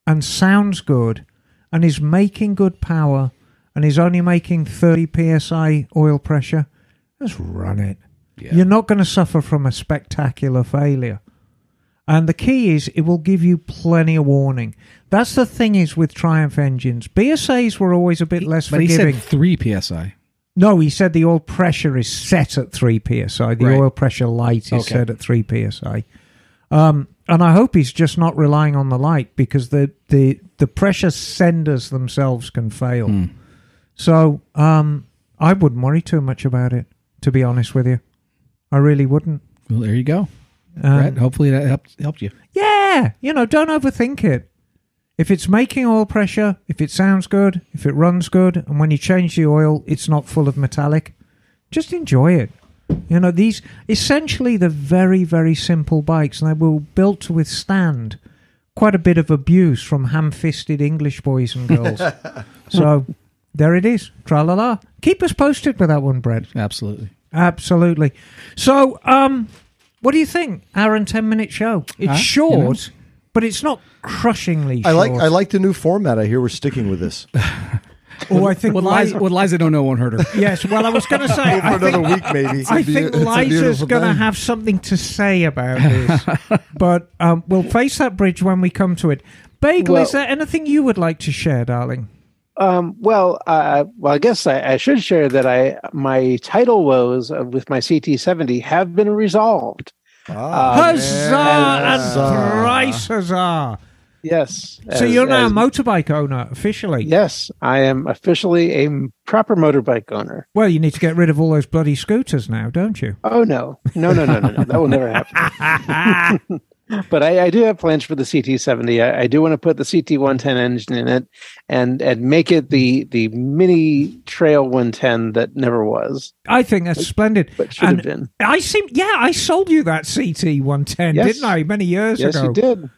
and sounds good and is making good power and is only making 30 psi oil pressure, just run it. You're not going to suffer from a spectacular failure. And the key is it will give you plenty of warning. That's the thing is with Triumph engines. BSAs were always a bit less
but
forgiving.
he said three psi.
No, he said the oil pressure is set at 3 psi. The
Right.
oil pressure light is
Okay.
set at 3 psi. Um, and I hope he's just not relying on the light because the, the, the pressure senders themselves can fail.
Hmm.
So um, I wouldn't worry too much about it, to be honest with you. I really wouldn't.
Well, there you go,
Um,
Brett. Hopefully that helped helped you.
yeah, you know, don't overthink it. If it's making oil pressure, if it sounds good, if it runs good, and when you change the oil, it's not full of metallic, just enjoy it. You know, these essentially they're very, very simple bikes, and they were built to withstand quite a bit of abuse from ham fisted English boys and girls. so there it is. Tra la la. Keep us posted with that one, Brett.
Absolutely.
Absolutely. So, um, what do you think? Hour and ten minute show. It's
Huh?
short,
You know?
but it's not crushingly.
I like
short.
I like the new format. I hear we're sticking with this
Oh, I think
What
Liza.
Liza, what Liza don't know won't hurt her.
yes. Well, I was going to say.
for
I
another
think,
week, maybe.
I think
beau- it's a
Liza's
beautiful
going to
thing.
have something to say about this, but um, we'll face that bridge when we come to it. Bagel,
Well-
is there anything you would like to share, darling?
Um, well, uh, well, I guess I, I should share that I my title woes of, with my CT70 have been resolved.
Ah,
Um,
huzzah and
Huzzah.
thrice huzzah!
Yes.
so
as-
you're now
as-
a motorbike owner officially.
Yes, I am officially a m- proper motorbike owner.
Well, you need to get rid of all those bloody scooters now, don't you?
Oh no, no, no, no, no, no. that will never happen. but I, I do have plans for the CT70. I, I do want to put the CT110 engine in it, and and make it the the mini Trail 110 that never was,
I think that's splendid.
but should
And
have been.
I seem, yeah, I sold you that CT 110,
Yes.
didn't I, many years
Yes,
ago? Mm-hmm.
you did.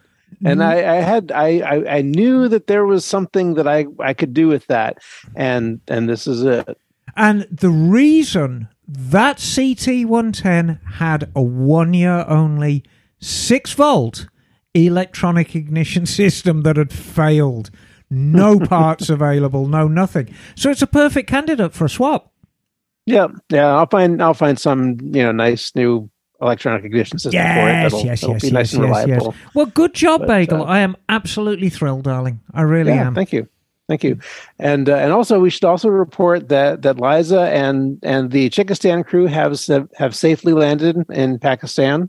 And I, I had I, I I knew that there was something that I I could do with that, and and this is it.
And the reason that CT 110 had a one year only 6 volt electronic ignition system that had failed. No parts available, no nothing. So it's a perfect candidate for a swap.
Yeah, yeah. I'll find I'll find some you know nice new electronic ignition system for it.
Yes,
That'll,
yes,
that'll
yes,
be
yes,
nice and
yes, yes.
reliable.
Well, good job,
But,
Bagel.
uh,
I am absolutely thrilled, darling. I really
Yeah,
am.
thank you, thank you. And uh, and also we should also report that that Liza and and the Chickistan crew have sa- have safely landed in Pakistan,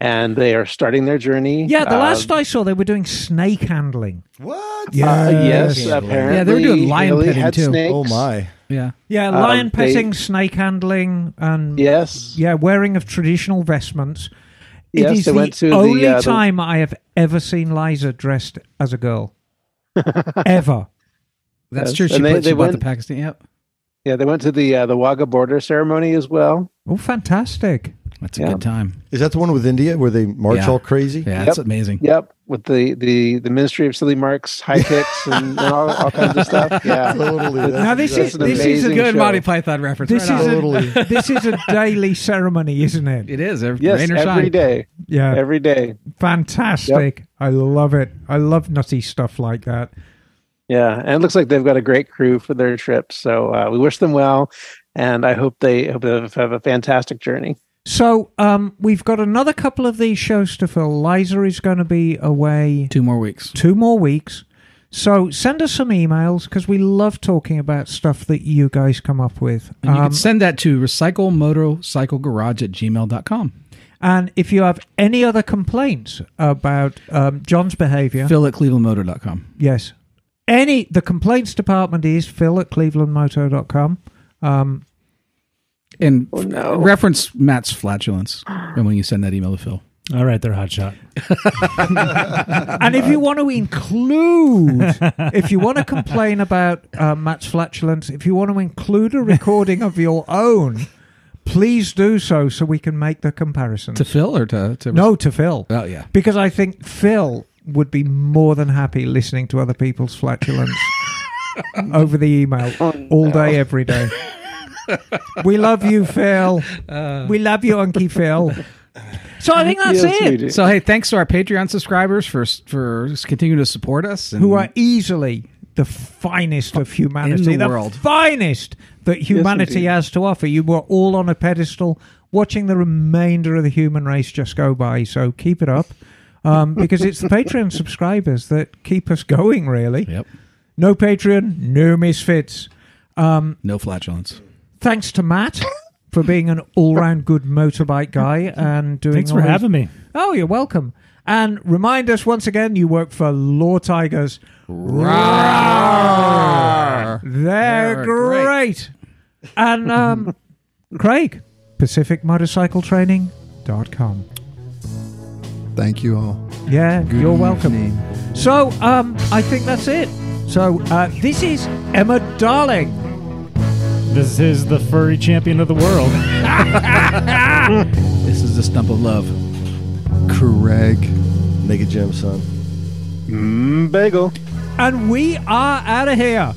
and they are starting their journey.
Yeah, the
Uh,
last I saw, they were doing snake handling.
What?
uh, yes,
Yes.
apparently.
Yeah, they were doing lion
Haley
petting,
had
too.
snakes.
Oh my!
Yeah.
Yeah,
Um,
lion
they-
petting, snake handling, and
Yes.
yeah, wearing of traditional vestments.
Yes,
it is
they
the
went to the,
only
uh, the-
time I have ever seen Liza dressed as a girl. ever.
That's
Yes.
true. She
And they-
put
they
she bought the
went-
Pakistan. Yep.
Yeah, they went to the uh, the Wagga border ceremony as well.
Oh, fantastic.
That's a
Yeah.
good time.
Is that the one with India where they march
Yeah.
all crazy?
Yeah, that's amazing.
Yep, with the the the Ministry of Silly Marks, high kicks, and, and all, all kinds of stuff. Yeah,
Totally. That's
Now, this
exactly-
is-
That's an
this is a
amazing
good
show.
Monty Python reference.
This
right
is
on.
Totally.
a, this is a daily ceremony, isn't it?
it is. Every,
Yes,
rain or
every
shine.
day,
Yeah,
every day.
fantastic. I love it. I love nutty stuff like that.
Yeah, and it looks like they've got a great crew for their trip. So uh, we wish them well, and I hope they hope they have a fantastic journey.
So um, we've got another couple of these shows to fill. Liza is going to be away
Two more weeks.
two more weeks. So send us some emails because we love talking about stuff that you guys come up with.
And you
Um,
can send that to recyclemotorcyclegarage at gmail.com.
and if you have any other complaints about um, John's behavior,
Phil at clevelandmotor.com.
yes, any the complaints department is phil at clevelandmoto.com. Um,
And
Oh, no.
reference Matt's flatulence and when you send that email to Phil.
All right, they're hot shot.
and if you want to include, if you want to complain about uh, Matt's flatulence, if you want to include a recording of your own, please do so so we can make the comparison.
To Phil or to, to
no, to Phil.
Oh yeah.
Because I think Phil would be more than happy listening to other people's flatulence over the email
Oh,
all day, every day. we love you, Phil.
Uh.
we love you, Unky Phil. So I think that's
Yes, we
it.
do.
So hey, thanks to our Patreon subscribers for for continuing to support us. And
Who are easily the finest of humanity,
Mm. In the world.
finest that humanity
indeed.
has to offer. You were all on a pedestal, watching the remainder of the human race just go by. So keep it up. Um, because it's the Patreon subscribers that keep us going, really.
Yep.
No Patreon, no misfits.
No flatulence.
Thanks to Matt for being an all-round good motorbike guy and doing.
Thanks
all
for
these-
having me.
Oh, you're welcome. And remind us once again, you work for Law Tigers. Roar! They're,
They're
great.
great.
And um, Craig, PacificMotorcycleTraining.com.
Thank you all.
Yeah, you're welcome.
Evening.
So um, I think that's it. So uh, this is Emma Darling.
This is the furry champion of the world.
This is the stump of love.
Craig.
Make a gem, son.
Mm, bagel.
And we are out of here.